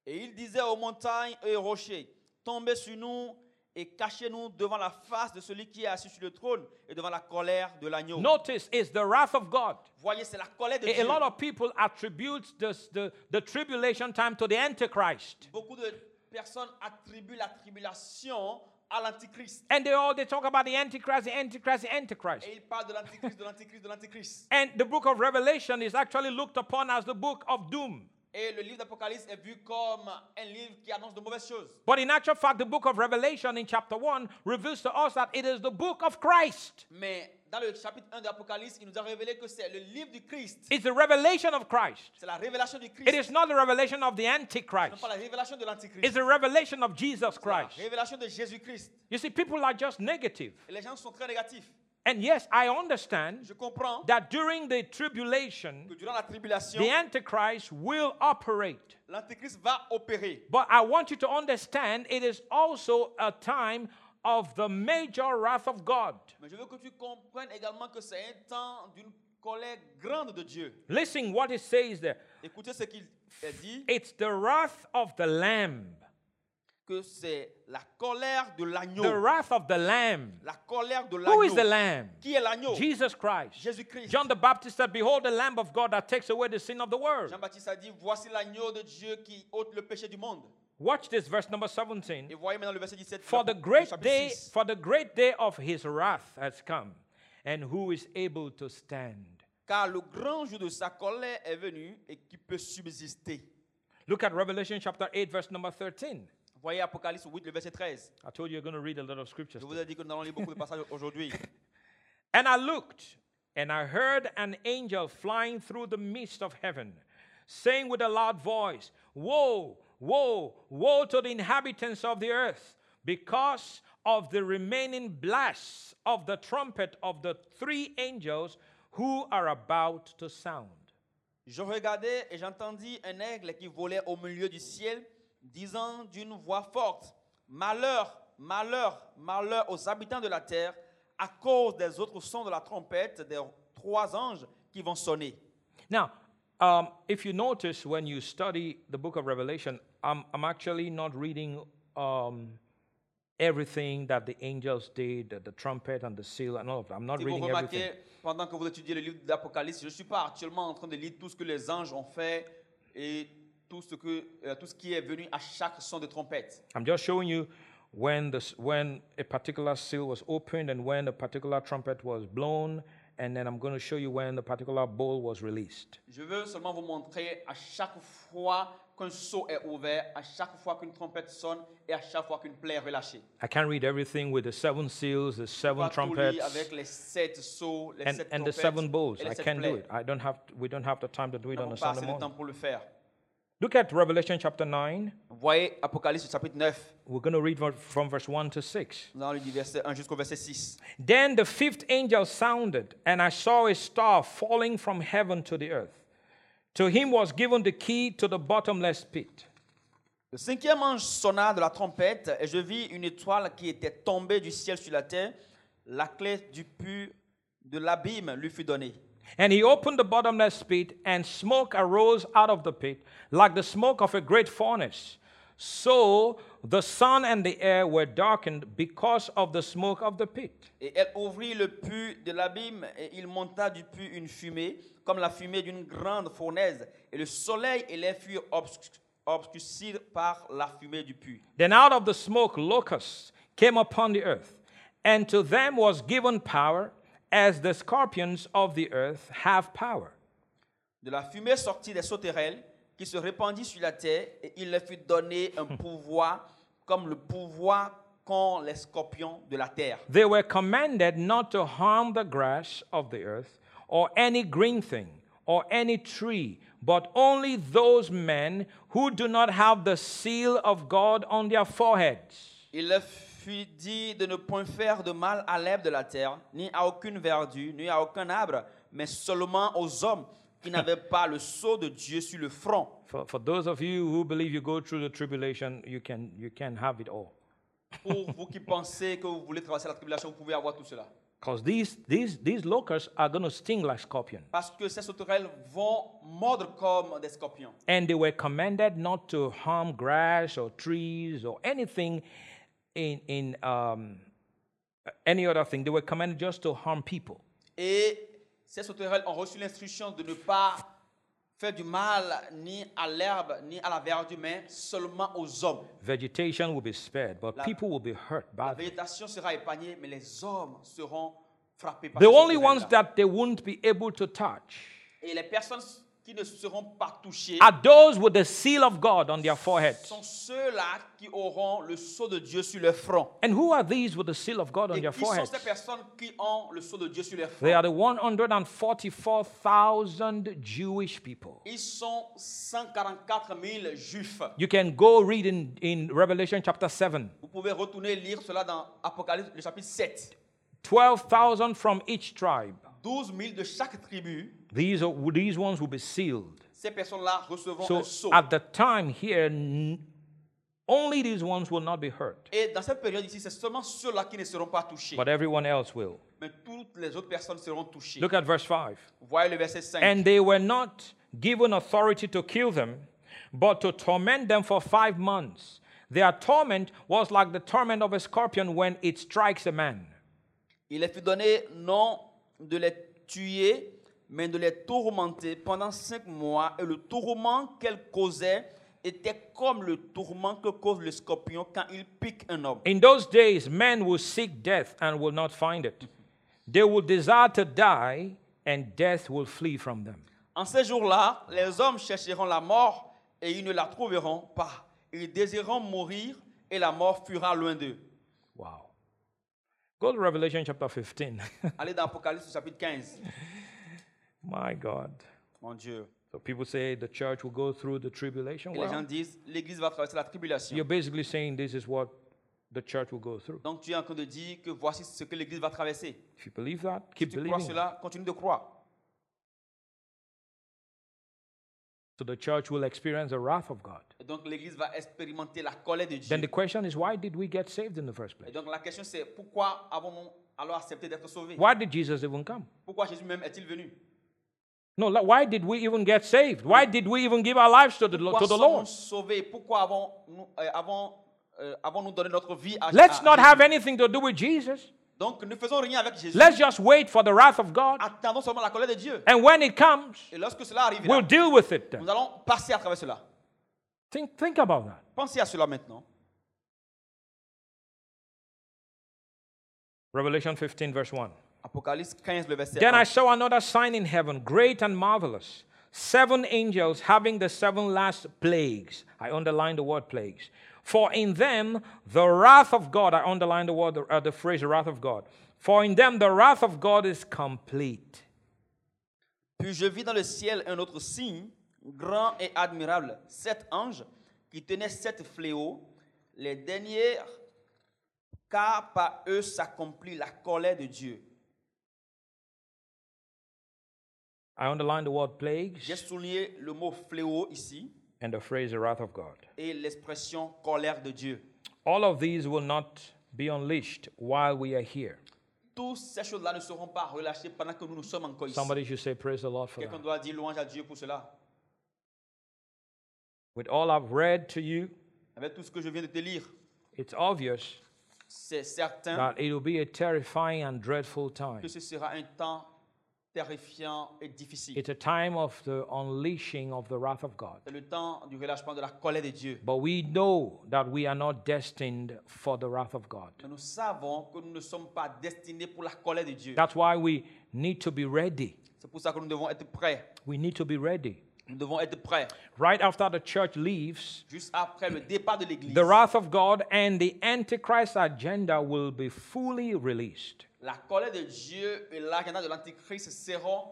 Et ils disaient aux montagnes et aux rochers, tombez sur nous et cachez-nous devant la face de celui qui est assis sur le trône et devant la colère de l'agneau.
Notice it's the wrath of God.
Voyez, c'est la colère de
A, a
Dieu.
lot of people attribute this, the, the tribulation time to the Antichrist.
Beaucoup de personnes attribuent la tribulation à l'antichrist.
And they all they talk about the Antichrist, the Antichrist, the Antichrist.
Et ils parlent de l'antichrist, de l'antichrist, de l'antichrist.
And the book of Revelation is actually looked upon as the book of doom.
Et le livre d'Apocalypse est vu comme un livre qui annonce de mauvaises choses.
But in actual fact, the book of Revelation in chapter 1 reveals to us that it is the book of Christ.
Mais dans le chapitre 1 de l'Apocalypse, il nous a révélé que c'est le livre du Christ.
It's the revelation of Christ.
C'est la révélation du Christ.
It is not the revelation of the
Non
Antichrist.
pas la révélation de l'Antichrist.
It's the revelation of Jesus
C'est la
Christ.
révélation de Jésus-Christ.
You see, people are just negative.
Et les gens sont très négatifs.
And yes, I understand
Je comprends
that during the tribulation,
que durant la tribulation,
the Antichrist will operate.
l'Antichrist va opérer.
But I want you to understand it is also a time of the major wrath of God.
Mais je veux que tu comprennes également que c'est un temps d'une colère grande de Dieu.
Listen what it says there.
Écoutez ce qu'il est dit,
It's the wrath of the Lamb.
que c'est la colère de
The
l'agneau.
wrath of the Lamb.
La colère de
Who is the
l'agneau.
Lamb?
Qui est l'agneau
Jesus Christ.
Jésus-Christ.
John the Baptist said, Behold, the Lamb of God that takes away the sin of the world.
Jean-Baptiste a dit, voici l'agneau de Dieu qui ôte le péché du monde.
Watch this, verse number
Et
17.
voyez maintenant le verset 17
For
de
the
la- du
great
chapitre
day,
6.
for the great day of his wrath has come, and who is able to stand?
Car le grand jour de sa colère est venu et qui peut subsister.
Look at Revelation chapter 8, verse number 13.
Voyez Apocalypse 8, le verset 13.
I told you you're going to read a lot of scriptures.
Je vous ai dit que nous allons lire beaucoup de passages aujourd'hui.
And I looked, and I heard an angel flying through the midst of heaven, saying with a loud voice, Woe, woe, woe to the inhabitants of the earth, because of the remaining blasts of the trumpet of the three angels who are about to sound.
Je regardais et j'entendis un aigle qui volait au milieu du ciel, disant d'une voix forte, Malheur, malheur, malheur aux habitants de la terre, à cause des autres sons de la trompette des trois anges qui vont sonner.
Now, um, if you notice when you study the book of Revelation, I'm, I'm actually not reading um, everything that the angels did, the, the trumpet and the seal and all of that. I'm not
Si vous
reading everything.
remarquez, pendant que vous étudiez le livre d'Apocalypse, je ne suis pas actuellement en train de lire tout ce que les anges ont fait et tout ce, que, euh, tout ce qui est venu à chaque son de trompette.
I'm just showing you when, the, s- when a particular seal was opened and when a particular trumpet was blown, and then I'm going to show you when the particular bowl was released.
Je veux seulement vous montrer à chaque fois qu'un seau est ouvert, à chaque fois qu'une trompette sonne et à chaque fois qu'une plaie est relâchée.
I can't read everything with the seven seals, the seven
Pas tout lire
trumpets,
avec les sept seaux, les
and,
sept
and the
trompettes
seven bowls.
et les
I
sept
can't
plaies.
do it. I don't have. we don't have the time to do it
Nous
on
n'avons
a
pas
Sunday
assez de temps
morning.
pour le faire.
Look at Revelation chapter 9.
Voyez Apocalypse chapitre 9,
We're going to read ver- from verse 1 to 6.
nous allons lire du verset 1 jusqu'au verset 6.
Then the fifth angel sounded, and I saw a star falling from heaven to the earth. To him was given the key to the bottomless pit.
Le cinquième ange sonna de la trompette et je vis une étoile qui était tombée du ciel sur la terre. La clé du pu de l'abîme lui fut donnée.
And he opened the bottomless pit, and smoke arose out of the pit, like the smoke of a great furnace. So the sun and the air were darkened because of the smoke of the pit.
Et elle ouvrit le puits de l'abîme, et il monta du puits une fumée, comme la fumée d'une grande fournaise. Et le soleil et l'air furent obscu- obscurcis par la fumée du puits.
Then out of the smoke locusts came upon the earth, and to them was given power, as the scorpions of the earth have power.
De la fumée sortit des sauterelles, qui se répandit sur la terre, et il leur fut donné un pouvoir, comme le pouvoir qu'ont les scorpions de la terre.
They were commanded not to harm the grass of the earth, or any green thing, or any tree, but only those men who do not have the seal of God on their foreheads.
Il leur fut dit de ne point faire de mal à l'herbe de la terre, ni à aucune verdure, ni à aucun arbre, mais seulement aux hommes qui n'avaient pas le sceau de Dieu sur le front.
For, for those of you who believe you go through the tribulation, you can, you can have it all.
Pour vous qui pensez que vous voulez traverser la tribulation, vous pouvez avoir tout cela.
Because these, these, these locusts are going to sting like scorpions.
Parce que ces sauterelles vont mordre comme des scorpions.
And they were commanded not to harm grass or trees or anything in, in um, any other thing. They were commanded just to harm people.
Et ces sauterelles ont reçu l'instruction de ne pas faire du mal ni à l'herbe, ni à la verdure, mais seulement aux hommes.
Vegetation will be spared, but
La-
people will be hurt
La
badly.
végétation sera épargnée, mais les hommes seront frappés par
The
ces
only
sauterelles-là.
ones that they won't be able to touch
Et les personnes qui qui ne seront pas touchés
are those with the seal of God on their foreheads.
sont ceux-là qui auront le sceau de Dieu sur leur front.
And who are these with the seal of God on
Et
their
qui sont
foreheads?
ces personnes qui ont le sceau de Dieu sur leur front
They are the 144,000 Jewish people.
Ils sont 144 000 juifs.
You can go read in, in Revelation chapter 7.
Vous pouvez retourner lire cela dans Apocalypse, le chapitre 7.
12,000 from each tribe.
12 000 de chaque tribu,
These, are, these ones will be sealed.
ces personnes-là recevront un
So ah.
sceau.
at the time here, n- only these ones will not be hurt,
Et dans cette période ici, c'est seulement ceux-là qui ne seront pas touchés.
but everyone else will.
Mais toutes les autres personnes seront touchées.
Look at verse 5.
Voyez le verset 5.
And they were not given authority to kill them, but to torment them for five months. Their torment was like the torment of a scorpion when it strikes a man.
Il leur fut donné non de les tuer, mais de les tourmenter pendant cinq mois. Et le tourment qu'elles causaient était comme le tourment que cause le scorpion quand il pique un homme.
In those days, men will seek death and will not find it. They will desire to die, and death will flee from them.
En ces jours-là, les hommes chercheront la mort et ils ne la trouveront pas. Ils désireront mourir et la mort fuira loin d'eux.
Wow. Go to Revelation chapter 15.
Allez dans Apocalypse chapitre 15.
My God.
Mon Dieu.
So people say the church will go through the tribulation.
Et les gens
Well,
disent, l'Église va traverser la tribulation.
you're basically saying this is what the church will go through.
Donc tu es en train de dire que voici ce que l'Église va traverser.
If you believe that, keep
Tu crois
believing. it.
cela, continue de croire.
So the church will experience the wrath of God.
Et donc l'Église va expérimenter la colère de Dieu.
Then the question is, why did we get saved in the first
Et
place?
donc la question c'est pourquoi avons-nous alors accepté d'être sauvés
Why did Jesus even come?
Pourquoi Jésus même est-il venu
No, like, why did we even get saved? Why did we even give our lives to the, Lo-
Pourquoi
to the
sommes-nous
Lord?
sauvés Pourquoi avons-nous euh, avons, euh, avons-nous donné notre vie à,
Let's
à-
not
à Jésus
have anything to do with Jesus.
Donc ne faisons rien avec Jésus.
Let's just wait for the wrath of God.
Attendons seulement la colère de Dieu.
And when it comes,
Et lorsque cela arrive,
we'll deal with it then.
nous allons passer à travers cela.
Think, think about that.
Pensez à cela maintenant.
Revelation 15, verse 1.
Apocalypse 15, le verset
Then
1.
I saw another sign in heaven, great and marvelous. Seven angels having the seven last plagues. I underline the word plagues. For in them the wrath of God, I underline the word, uh, the phrase wrath of God. For in them the wrath of God is complete.
Puis je vis dans le ciel un autre signe, grand et admirable, sept anges qui tenaient sept fléaux, les dernières, car par eux s'accomplit la colère de Dieu.
I underline the word plagues
J'ai souligné le mot fléau ici
and the phrase the wrath of God.
et l'expression colère de Dieu.
All of these will not be unleashed while we are here.
Toutes ces choses-là ne seront pas relâchées pendant que nous nous sommes encore ici.
Somebody should say, Praise the Lord for
Quelqu'un
that.
doit dire louange à Dieu pour cela.
With all I've read to you,
Avec tout ce que je viens de te lire,
it's obvious
c'est certain
that it will be a terrifying and dreadful time.
que ce sera un temps terrifiant et difficile.
It's a time of the unleashing of the wrath of God.
C'est le temps du relâchement de la colère de Dieu.
But we know that we are not destined for the wrath of God.
Mais nous savons que nous ne sommes pas destinés pour la colère de Dieu.
That's why we need to be ready.
C'est pour ça que nous devons être prêts.
We need to be ready.
Nous devons être prêts.
Right after the church leaves,
Juste après le départ de l'Église,
the wrath of God and the Antichrist agenda will be fully released.
la colère de Dieu et l'agenda de l'Antichrist seront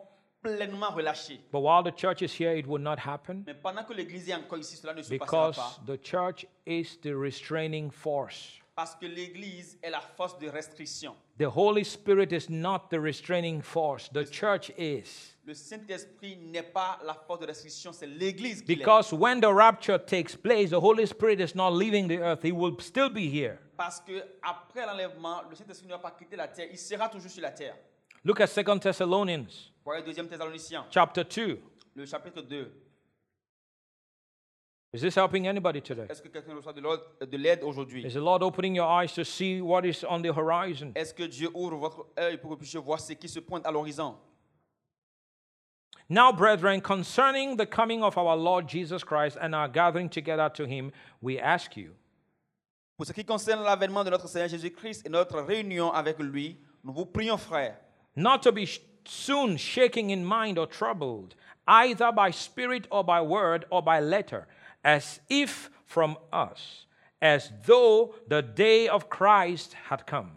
pleinement relâchés.
But while the church is here, it will not happen
Mais pendant que l'Église est encore ici, cela ne se passera
because
pas.
the church is the restraining force.
Parce que l'Église est la force de restriction.
The Holy Spirit is not the restraining force, the church is.
Le Saint-Esprit n'est pas la force de restriction, c'est l'Église qui l'est.
Because when the rapture takes place, the Holy Spirit is not leaving the earth. He will still be here.
Parce que après l'enlèvement, le Saint-Esprit ne va pas quitter la terre, il sera toujours sur la terre.
Look at 2 Thessalonians
Voyez 2 Thessaloniciens,
chapter 2.
le chapitre 2.
Is this helping anybody today?
Est-ce que quelqu'un reçoit de l'ordre- euh, de l'aide aujourd'hui
Is the Lord opening your eyes to see what is on the horizon?
Est-ce que Dieu ouvre votre œil pour que vous puissiez voir ce qui se pointe à l'horizon
Now, brethren, concerning the coming of our Lord Jesus Christ and our gathering together to him, we ask you.
Pour ce qui concerne l'avènement de notre Seigneur Jésus-Christ et notre réunion avec lui, nous vous prions, frères,
not to be sh- soon shaking in mind or troubled, either by spirit or by word or by letter, as if from us, as though the day of Christ had come.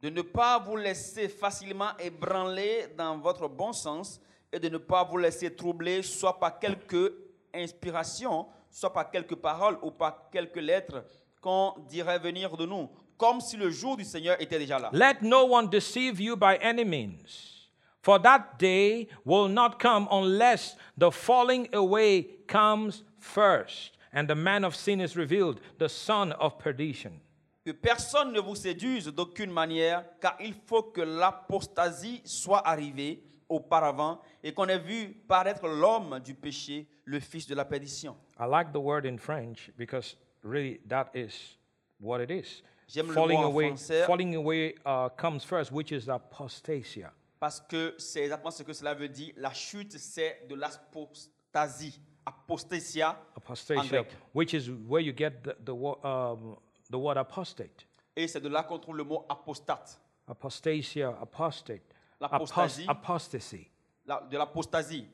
de ne pas vous laisser facilement ébranler dans votre bon sens et de ne pas vous laisser troubler soit par quelque inspiration, soit par quelques paroles ou par quelques lettres qu'on dirait venir de nous, comme si le jour du Seigneur était déjà là.
Let no one deceive you by any means, for that day will not come unless the falling away comes first, and the man of sin is revealed, the son of perdition.
Que personne ne vous séduise d'aucune manière, car il faut que l'apostasie soit arrivée auparavant et qu'on ait vu paraître l'homme du péché, le fils de la perdition.
I like the word in French because really that is what it is.
J'aime le
Falling
mot en
away,
français.
falling away uh, comes first, which is apostasia.
Parce que c'est exactement ce que cela veut dire. La chute, c'est de l'apostasie. Apostasia.
Apostasia,
grec.
which is where you get the, the, wo- um, the word apostate.
Et c'est de là qu'on trouve le mot apostate.
Apostasia, apostate, apos-
L'apostasie.
apostasy.
La- de l'apostasie.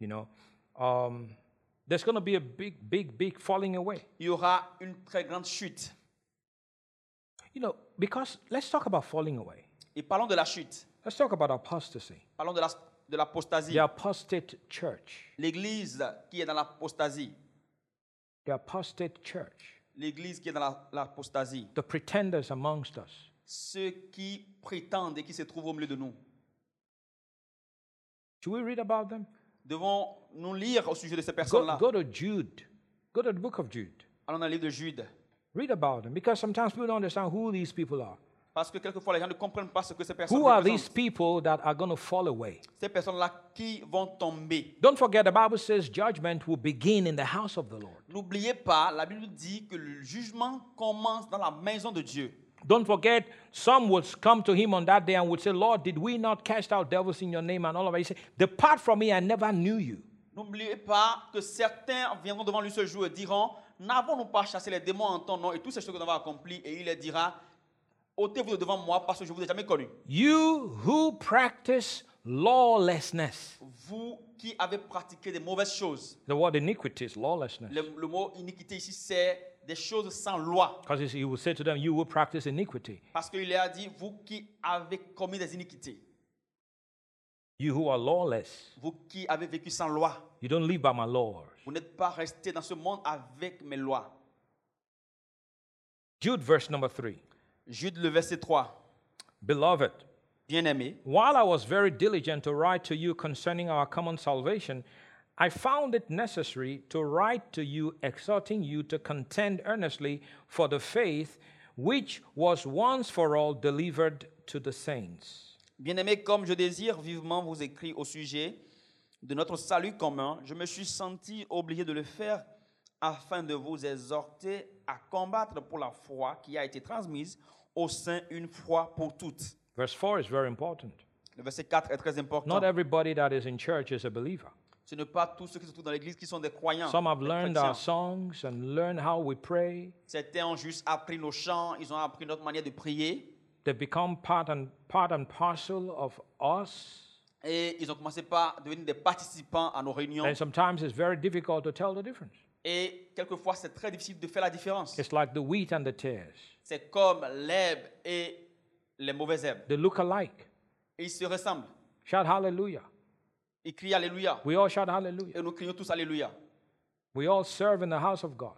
You know, um, there's going to be a big, big, big falling away.
Il y aura une très grande chute.
You know, because let's talk about falling away.
Et parlons de la chute.
Let's talk about apostasy.
Parlons de la- de l'apostasie.
The apostate church.
L'église qui est dans l'apostasie.
The apostate church.
L'église qui est dans la- l'apostasie.
The pretenders amongst us.
Ceux qui prétendent et qui se trouvent au milieu de nous.
Should we read about them?
Devons nous lire au sujet de ces
Go,
personnes-là.
go to Jude. Go to the book of Jude.
Allons dans le livre de Jude.
Read about them because sometimes people don't understand who these people are.
Parce que quelquefois, les gens ne comprennent pas ce que ces personnes
Who are
représentent.
these people that are going to fall away?
ces personnes-là qui vont tomber.
Don't forget, the Bible says judgment will begin in the house of the Lord.
N'oubliez pas, la Bible dit que le jugement commence dans la maison de Dieu.
Don't forget, some will come to him on that day and would say, Lord, did we not cast out devils in your name? And all of that. He said, Depart from me, I never knew you.
N'oubliez pas que certains viendront devant lui ce jour et diront, n'avons-nous pas chassé les démons en ton nom et toutes ces choses que nous avons accomplies Et il leur dira, ôtez-vous de devant moi parce que je vous ai jamais connu.
You who practice lawlessness.
Vous qui avez pratiqué des mauvaises choses.
The word iniquity is lawlessness.
Le, le mot iniquité ici, c'est des choses sans loi.
Because he will say to them, You will practice iniquity.
Parce qu'il leur a dit, vous qui avez commis des iniquités,
You who are lawless,
vous qui avez vécu sans loi,
you don't live by my laws.
vous n'êtes pas resté dans ce monde avec mes lois.
Jude, verse number three.
Jude, le verset 3.
Beloved,
Bien-aimé,
while I was very diligent to write to you concerning our common salvation, I found it necessary to write to you, exhorting you to contend earnestly for the faith which was once for all delivered to the saints.
bien-aimé, comme je désire vivement vous écrire au sujet de notre salut commun, je me suis senti obligé de le faire afin de vous exhorter à combattre pour la foi qui a été transmise au sein une fois pour toutes.
Verse 4 is very important.
Le verset 4 est très important.
Not everybody that is in church is a believer.
Ce n'est pas tous ceux qui se trouvent dans l'église qui sont des croyants.
Some have
des
learned
chrétiens.
our songs and learned how we pray.
Certains ont juste appris nos chants, ils ont appris notre manière de prier
They become part and part and parcel of us.
et ils ont commencé par devenir des participants à nos réunions.
And sometimes it's very difficult to tell the difference.
Et quelquefois, c'est très difficile de faire la différence.
It's like the wheat and the tares.
C'est comme l'herbe et les mauvaises herbes.
They look alike.
Ils se ressemblent.
Shout hallelujah.
Ils crient Alléluia.
We all shout hallelujah.
Et nous crions tous Alléluia.
We all serve in the house of God.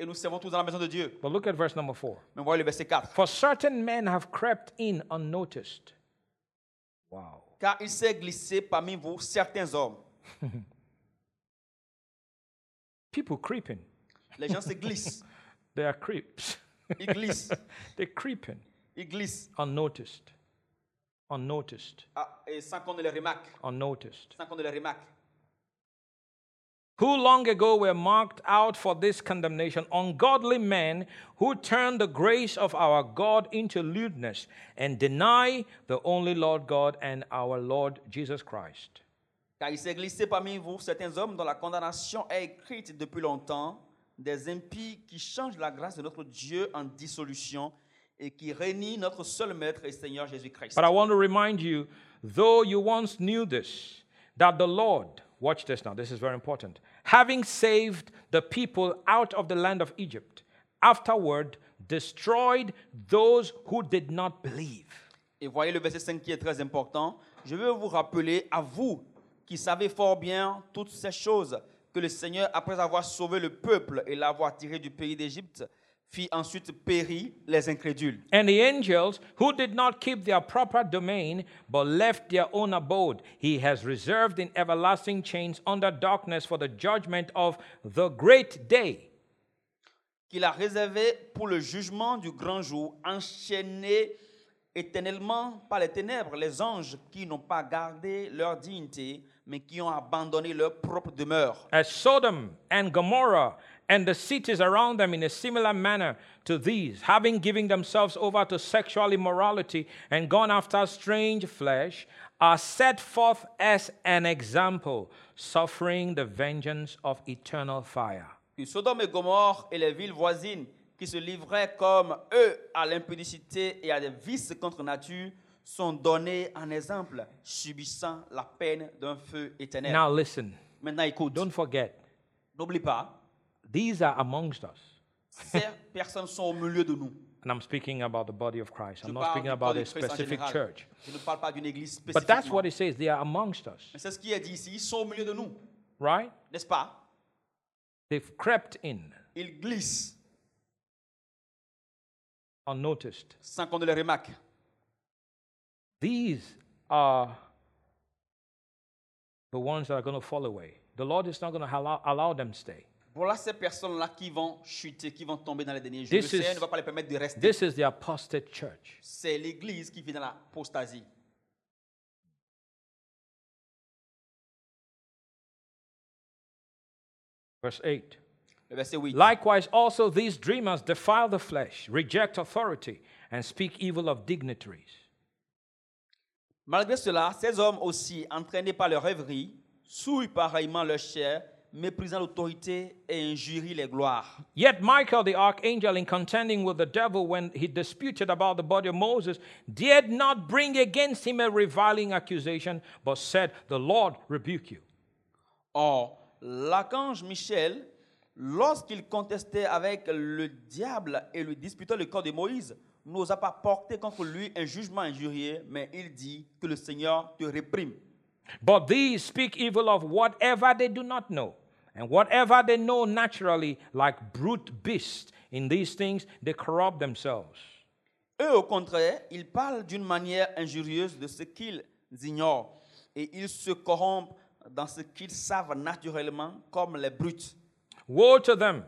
Et nous servons tous dans la maison de Dieu.
But look at verse number four.
Mais voyez le verset 4.
For certain men have crept in unnoticed. Wow.
Car il s'est glissé parmi vous certains hommes.
People creeping.
Les gens se glissent.
They are creeps.
Ils glissent.
They're creeping.
Ils glissent.
Unnoticed. Unnoticed.
Ah, et sans qu'on ne les remarque.
Unnoticed.
Sans qu'on ne les remarque.
who long ago were marked out for this condemnation, ungodly men who turn the grace of our God into lewdness and deny the only Lord God and our Lord Jesus Christ.
Car il s'est glissé parmi vous certains hommes dont la condamnation est écrite depuis longtemps, des impies qui changent la grâce de notre Dieu en dissolution et qui réunit notre seul Maître et Seigneur Jésus-Christ.
But I want to remind you, though you once knew this, that the Lord, watch this now, this is very important, having saved the people out of the land of Egypt, afterward destroyed those who did not believe.
Et voyez le verset 5 qui est très important. Je veux vous rappeler, à vous qui savez fort bien toutes ces choses, que le Seigneur, après avoir sauvé le peuple et l'avoir tiré du pays d'Égypte, fit ensuite périr les incrédules.
And the angels who did not keep their proper domain but left their own abode, he has reserved in everlasting chains under darkness for the judgment of the great day.
qu'il a réservé pour le jugement du grand jour, enchaînés éternellement par les ténèbres, les anges qui n'ont pas gardé leur dignité, mais qui ont abandonné leur propre demeure.
as Sodom and Gomorrah and the cities around them in a similar manner to these, having given themselves over to sexual immorality and gone after strange flesh, are set forth as an example, suffering the vengeance of eternal fire.
Que Sodome et Gomorre et les villes voisines qui se livraient comme eux à l'impudicité et à des vices contre nature sont donnés en exemple, subissant la peine d'un feu éternel.
Now listen,
Maintenant, écoute,
don't forget,
n'oublie pas,
these are amongst us.
ces personnes sont au milieu de nous.
And I'm speaking about the body of Christ.
Je
I'm
parle
not speaking
du
about a
corps de Christ en
specific
général.
church.
Je ne parle pas d'une église
But
spécifique.
that's what it says. They are amongst us,
C'est ce qui est dit ici. Ils sont au milieu de nous,
right?
n'est-ce pas
They've crept in
Ils glissent
unnoticed.
sans qu'on ne les remarque.
These are the ones that are going to fall away. The Lord is not going to allow, allow them to stay.
Voilà ces personnes-là qui vont chuter, qui vont tomber dans les derniers jours.
This
le
is-
Seigneur ne va pas les permettre de rester.
This is the apostate church.
C'est l'église qui vit dans l'apostasie.
Verse 8.
Le verset 8.
Likewise, also these dreamers defile the flesh, reject authority, and speak evil of dignitaries.
Malgré cela, ces hommes aussi, entraînés par leur rêverie, souillent pareillement leur chair, méprisant l'autorité et injurient les gloires.
Yet Michael the archangel, in contending with the devil when he disputed about the body of Moses, dared not bring against him a reviling accusation, but said, The Lord rebuke you.
Or, l'archange Michel, lorsqu'il contestait avec le diable et le disputait le corps de Moïse, n'osa pas porter contre lui un jugement injurié, mais il dit que le Seigneur te réprime.
But these speak evil of whatever they do not know, and whatever they know naturally, like brute beasts. In these things, they corrupt themselves.
Eux, au contraire, ils parlent d'une manière injurieuse de ce qu'ils ignorent, et ils se corrompent dans ce qu'ils savent naturellement comme les brutes.
Woe to them,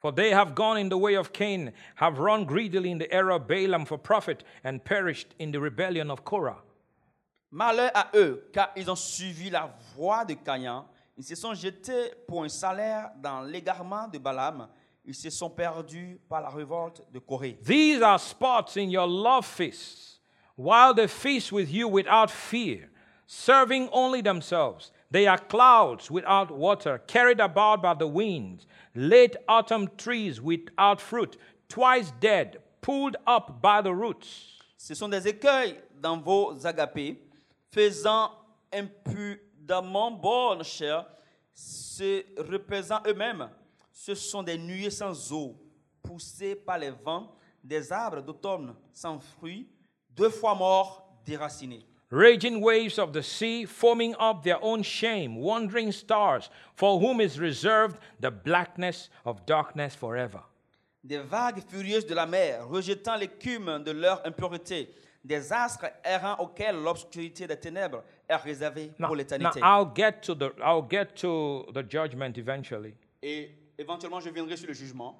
for they have gone in the way of Cain, have run greedily in the error of Balaam for profit, and perished in the rebellion of Korah.
Malheur à eux, car ils ont suivi la voie de Caïn. Ils se sont jetés pour un salaire dans l'égarement de Balaam. Ils se sont perdus par la révolte de Corée.
These are spots in your love feasts, while they feast with you without fear, serving only themselves. They are clouds without water, carried about by the winds, late autumn trees without fruit, twice dead, pulled up by the roots.
Ce sont des écueils dans vos agapés, faisant impudemment bonne chair, se reposant eux-mêmes. Ce sont des nuées sans eau, poussées par les vents, des arbres d'automne sans fruits, deux fois morts, déracinés.
Raging waves of the sea, foaming up their own shame, wandering stars, for whom is reserved the blackness of darkness forever.
des vagues furieuses de la mer, rejetant l'écume de leur impureté, des astres errants auxquels l'obscurité des ténèbres est réservée
Now, now
pour l'éternité.
I'll get to the I'll get to the judgment eventually.
Et éventuellement, je viendrai sur le jugement.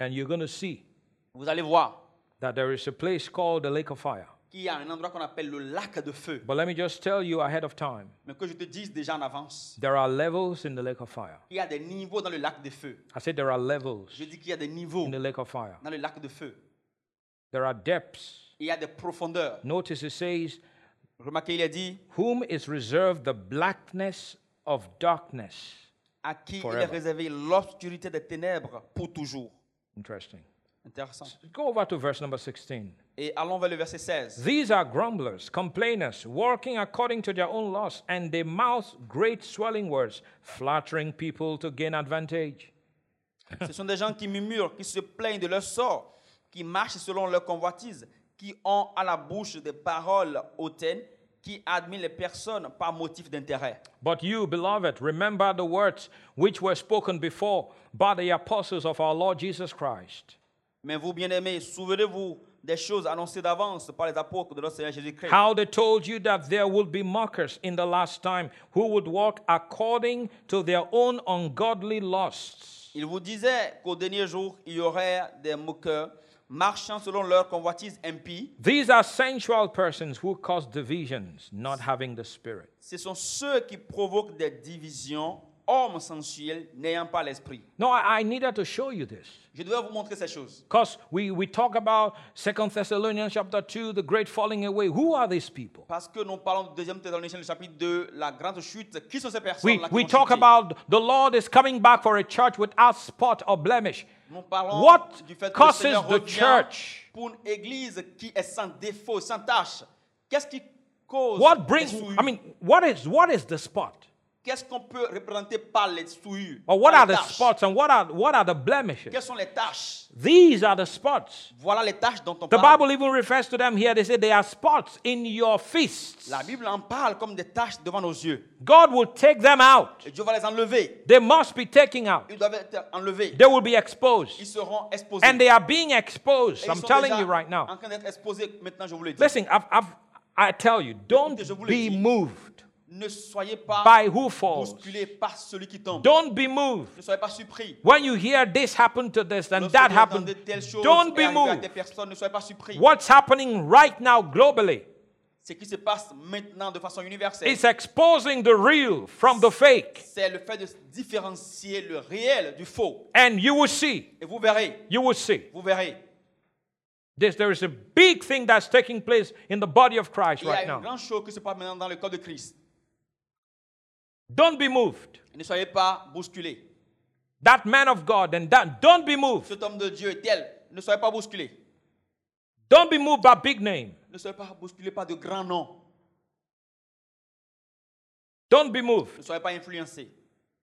And you're going to see
Vous allez voir
that there is a place called the lake of fire.
qu'il y a un endroit qu'on appelle le lac de feu.
But let me just tell you ahead of time
Mais que je te dise déjà en avance,
there are levels in the lake of fire.
il y a des niveaux dans le lac de feu.
I said there are levels
Je dis qu'il y a des niveaux
in the lake of fire,
dans le lac de feu.
there are depths.
Il y a des profondeurs.
Notice it says,
Remarquez, il a dit
Whom is reserved the blackness of darkness?
à qui il est
Forever.
réservé l'obscurité des ténèbres pour toujours.
Interesting.
Intéressant.
Go over to verse number 16.
Et allons vers le verset 16.
These are grumblers, complainers, working according to their own lusts, and they mouth great swelling words, flattering people to gain advantage.
Ce sont des gens qui murmurent, qui se plaignent de leur sort, qui marchent selon leur convoitise, qui ont à la bouche des paroles hautaines, qui admirent les personnes par motif d'intérêt.
But you, beloved, remember the words which were spoken before by the apostles of our Lord Jesus Christ.
Mais vous, bien-aimés, souvenez-vous des choses annoncées d'avance par les apôtres de notre Seigneur Jésus-Christ.
How they told you that there would be mockers in the last time who would walk according to their own ungodly lusts.
Il vous disait qu'au dernier jour, il y aurait des moqueurs marchant selon leur convoitise impie.
These are sensual persons who cause divisions, not having the Spirit.
Ce sont ceux qui provoquent des divisions, hommes sensuels n'ayant pas l'esprit.
No, I, I needed to show you this.
Je dois vous montrer ces choses.
Because we, we talk about Second Thessalonians chapter 2, the great falling away. Who are these people?
Parce que nous parlons de 2 Thessaloniciens, le chapitre 2, la grande chute. Qui sont ces personnes
We,
là qui
we
ont
talk
chuté?
about the Lord is coming back for a church without spot or blemish.
Nous parlons
What
du fait que le
causes
Seigneur
the
revient
church?
pour une église qui est sans défaut, sans tache. Qu'est-ce qui cause
What brings,
les souillures?
I mean, what is, what is the spot?
Qu'est-ce qu'on peut représenter par les souillures
Or what
par
are
les
the
taches?
spots and what are, what are the blemishes?
Quelles sont les tâches
These are the spots.
Voilà les tâches dont on
The
parle.
Bible even refers to them here. They say they are spots in your fists.
La Bible en parle comme des tâches devant nos yeux.
God will take them out.
Et Dieu va les enlever.
They must be taken out.
Ils doivent être enlevés.
They will be exposed.
Ils seront exposés.
And they are being
Et
exposed.
ils
I'm
sont
telling
déjà
you right
En
now.
train d'être exposés, maintenant je vous le dis.
Listen, I've, I've, I tell you, don't
Écoutez, je vous le
be
dis.
moved
Ne soyez pas
by who falls.
bousculés par celui qui tombe.
Don't be moved.
Ne soyez pas surpris.
When you hear this happened to this and
Lorsque
that
vous
happened,
entendez telle chose
don't
est
be
arrivée à
moved.
des personnes, ne soyez pas surpris.
What's happening right now globally
Ce qui se passe maintenant de façon universelle,
is exposing the real from the fake.
c'est le fait de différencier le réel du faux.
And you will see,
Et vous verrez,
you will see.
vous verrez.
This, there is a big thing that's taking place in the body of Christ
Il y a
right
une
now.
grande chose qui se passe maintenant dans le corps de Christ.
Don't be moved.
Ne soyez pas bousculés.
That man of God and that, don't be moved.
Cet homme de Dieu est tel. Ne soyez pas bousculés.
Don't be moved by big name.
Ne soyez pas bousculés par de grands noms.
Don't be moved.
Ne soyez pas influencés.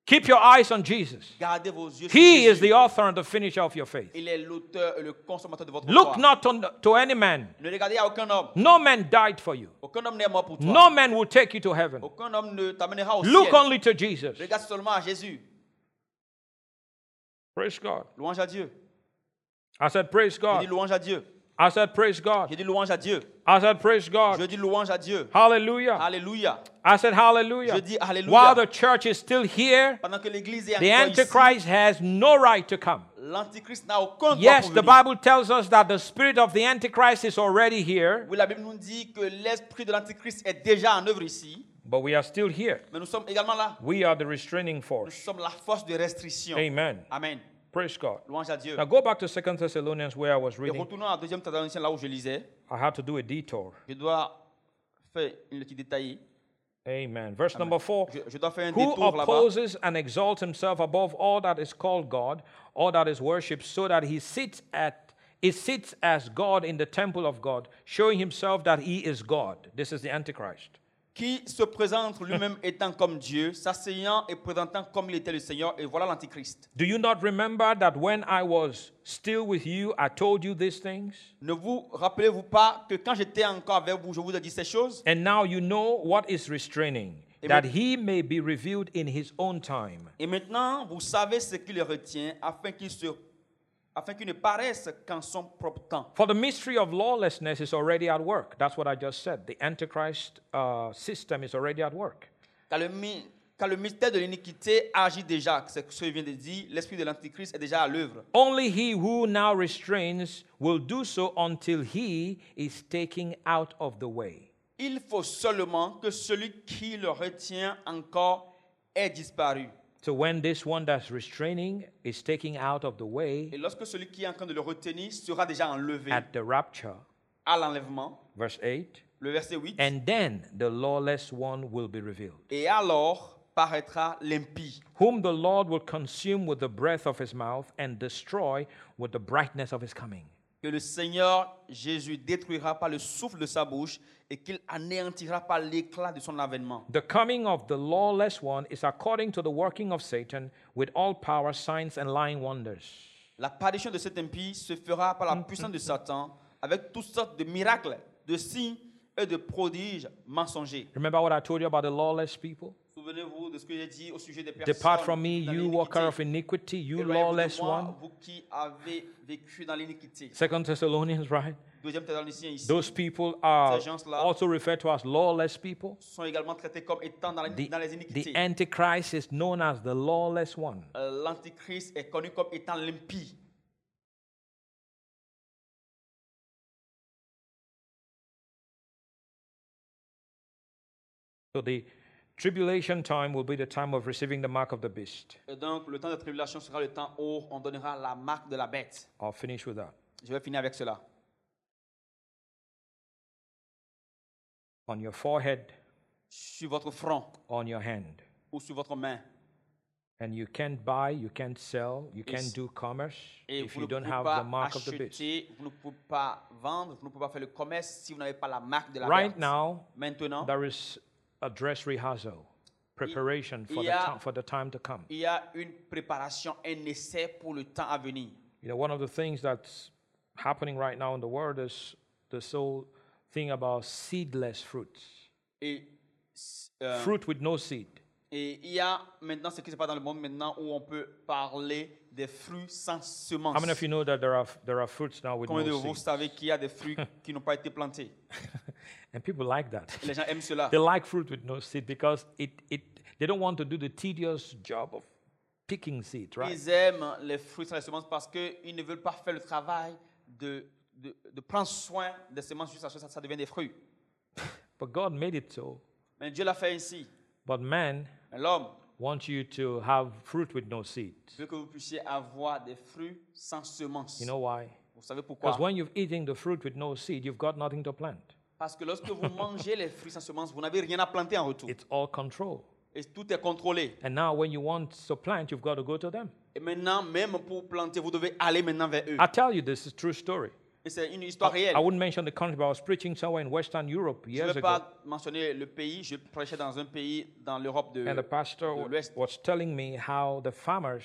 Keep your eyes on Jesus.
Gardez vos yeux sur
He is
Jésus.
the author and the finisher of your faith.
Il est l'auteur et le consommateur de votre
Look
foi.
not to, to any man.
Ne regardez à aucun homme.
No man died for you.
Aucun homme n'est mort pour toi.
No man will take you to heaven.
Aucun homme ne t'amènera au
Look
ciel.
only to Jesus.
Regarde seulement à Jésus.
Praise God.
Louange à Dieu.
I said, Praise
Je
God.
dis louange à Dieu.
I said, Praise
Je
God.
dis louange à Dieu.
I said, Praise
Je
God.
dis louange à Dieu.
Hallelujah.
Alléluia.
I said, Hallelujah.
Je dis hallelujah.
While the church is still here,
Pendant que l'Église est
the
encore ici,
Antichrist has no right to come.
l'Antichrist n'a aucun droit
Yes,
pour
the
venir.
Bible tells us that the spirit of the Antichrist is already here,
Oui, la Bible nous dit que l'esprit de l'Antichrist est déjà en œuvre ici,
but we are still here.
mais nous sommes également là.
We are the restraining
Nous
force.
sommes la force de restriction.
Amen.
Amen.
Praise God.
Louange à Dieu.
Now go back to Second Thessalonians where I was
Et
reading.
retournons à 2 Thessaloniciens, là où je lisais.
I had to do a detour.
Je dois faire une petite détaillée.
Amen. Verse number four.
Je, je dois faire un
Who
détour là-bas.
opposes and exalts himself above all that is called God, all that is worshipped, so that he sits at he sits as God in the temple of God, showing himself that he is God. This is the Antichrist.
Qui se présente lui-même étant comme Dieu, s'asseyant et présentant comme il était le Seigneur, et voilà l'Antichrist.
Do you not remember that when I was still with you, I told you these things?
Ne vous rappelez-vous pas que quand j'étais encore avec vous, je vous ai dit ces choses
And now you know what is restraining,
Amen.
that he may be revealed in his own time.
Et maintenant, vous savez ce qui le retient, afin qu'il se- afin qu'il ne paraisse qu'en son propre temps.
For the mystery of lawlessness is already at work. That's what I just said. The Antichrist uh, system is already at work.
Car le, mi- car le mystère de l'iniquité agit déjà. C'est ce que je viens de dire. L'esprit de l'Antichrist est déjà à l'œuvre.
Only he who now restrains will do so until he is taken out of the way.
Il faut seulement que celui qui le retient encore ait disparu.
So when this one that's restraining is taken out of the
Et
way
lorsque celui qui est en train de le retenir sera déjà enlevé
at the rapture,
à l'enlèvement,
verse 8,
le verset 8,
and then the lawless one will be revealed.
et alors paraîtra l'impie,
whom the Lord will consume with the breath of his mouth and destroy with the brightness of his coming.
que le Seigneur Jésus détruira par le souffle de sa bouche et qu'il anéantira par l'éclat de son avènement.
The coming of the lawless one is according to the working of Satan with all power, signs, and lying wonders.
La parution de cet impie se fera par la puissance de Satan avec toutes sortes de miracles, de signes et de prodiges mensongers.
Remember what I told you about the lawless people?
Souvenez-vous de ce que j'ai dit au sujet des personnes.
Depart from me,
qui dans
you
l'iniquité.
worker of iniquity, you
Éloignez-vous de
lawless
moi,
one.
Vous qui avez vécu dans l'iniquité.
Second Thessalonians, right?
Deuxième Thessaloniciens ici
Those people are
Ces gens-là-
also referred to as lawless people.
sont également traités comme étant dans, la-
The,
dans les
the
iniquités.
Antichrist is known as the lawless one.
Euh, L'antichrist est connu comme étant l'impie.
So the tribulation time will be the time of receiving the mark of the beast.
Et donc, le temps de tribulation sera le temps où on donnera la marque de la bête.
I'll finish with that
Je vais finir avec cela.
on your forehead,
Sur votre front
on your hand.
ou sur votre main.
And you can't buy, you can't sell, you
Yes.
can't do commerce
Et
if
vous
you
ne
don't
pouvez
have the
pas
mark of the beast.
acheter, vous ne pouvez pas vendre, vous ne pouvez pas faire le commerce si vous n'avez pas la marque de la
Right
bête.
now,
Maintenant,
there is a dress rehearsal, preparation for, the,
Yeah.
time, for the time to come.
il y a une préparation, un essai pour le temps à venir.
You know, one of the things that's happening right now in the world is this whole thing about seedless fruits,
Et, euh,
fruit with no seed.
et il y a maintenant ce qui se passe dans le monde maintenant où on peut parler des fruits sans semences.
How many of you know that there are, there are fruits now with
Combien de
no
vous
seed?
savez qu'il y a des fruits qui n'ont pas été plantés
And people like that.
Et Les gens aiment cela.
They like fruit with no seed because it, it, they don't want to do the tedious job of picking seeds, right?
Ils aiment les fruits sans les semences parce qu'ils ne veulent pas faire le travail de, de, de prendre soin des semences juste à ce que ça, ça devient des fruits.
But God made it so.
Mais Dieu l'a fait ainsi.
But man
Mais L'homme
wants you to have fruit with no seed.
veut que vous puissiez avoir des fruits sans semences.
You know why?
vous savez pourquoi
Because when you've eaten the fruit with no seed, you've got nothing to plant.
Parce que lorsque vous mangez les fruits sans semences, vous n'avez rien à planter en retour.
It's all control.
Et tout est contrôlé.
And now when you want to plant, you've got to go to them.
Et maintenant, même pour planter, vous devez aller maintenant vers eux.
I tell you this is true story.
Et c'est une histoire réelle.
I wouldn't mention the country, but I was preaching somewhere in Western Europe
Je ne
years
vais
ago.
pas mentionner le pays. Je prêchais dans un pays dans l'Europe de...
And the pastor
de l'Ouest.
was telling me how the farmers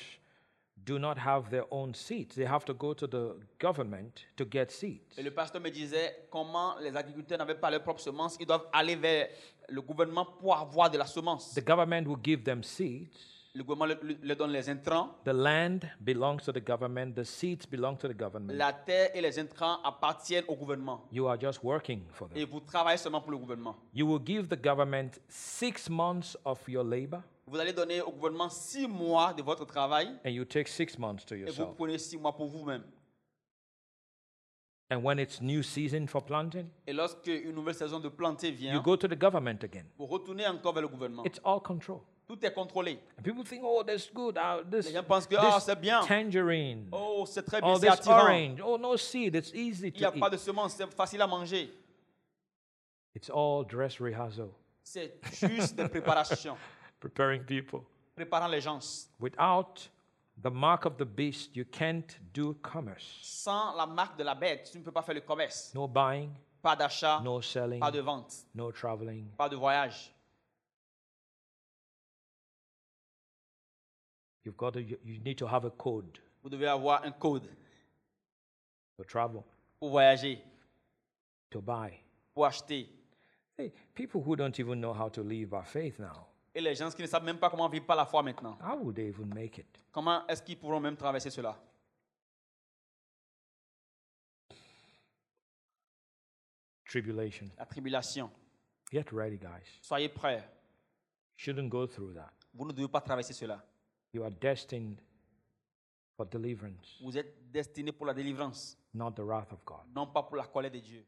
do not have their own seeds. They have to go to the government to get seeds.
Et le pasteur me disait comment les agriculteurs n'avaient pas leur propre semence. Ils doivent aller vers le gouvernement pour avoir de la semence.
The government will give them seeds.
Le gouvernement le- le- leur donne les intrants.
The land belongs to the government. The seeds belong to the government.
La terre et les intrants appartiennent au gouvernement.
You are just working for them.
Et vous travaillez seulement pour le gouvernement.
You will give the government six months of your labor,
Vous allez donner au gouvernement six mois de votre travail
and you take six months to
et vous
yourself.
prenez six mois pour vous-même.
And when it's new season for planting,
Et lorsque une nouvelle saison de planter
you
vient,
go to the government again.
vous retournez encore vers le gouvernement.
It's all control.
Tout est contrôlé.
And people think, oh, that's good. Ah, this,
Les gens pensent que
this
ah, c'est bien.
tangerine,
Oh, c'est très bien,
oh,
c'est
this
attirant.
orange, oh, no seed. It's easy
Il n'y a
to
pas de
eat.
semences, c'est facile à manger.
It's all dress rehearsal,
C'est juste des préparations.
preparing people.
préparant les gens.
Without the mark of the beast, you can't do commerce.
Sans la marque de la bête, tu ne peux pas faire le commerce.
No buying,
Pas d'achat,
no selling,
Ah. pas de vente,
no traveling.
pas de voyage.
You've got to, you, you need to have a code
Vous devez avoir un code
to travel,
pour voyager,
to buy.
pour acheter.
Hey, people who don't even know how to live by faith now,
Et les gens qui ne savent même pas comment vivre par la foi maintenant,
how would they even make it?
comment est-ce qu'ils pourront même traverser cela
Tribulation.
La tribulation.
Get ready, guys.
Soyez prêts.
Shouldn't go through that.
Vous ne devez pas traverser cela.
You are destined for deliverance,
Vous êtes destinés pour la délivrance,
not the wrath of God.
non pas pour la colère de Dieu.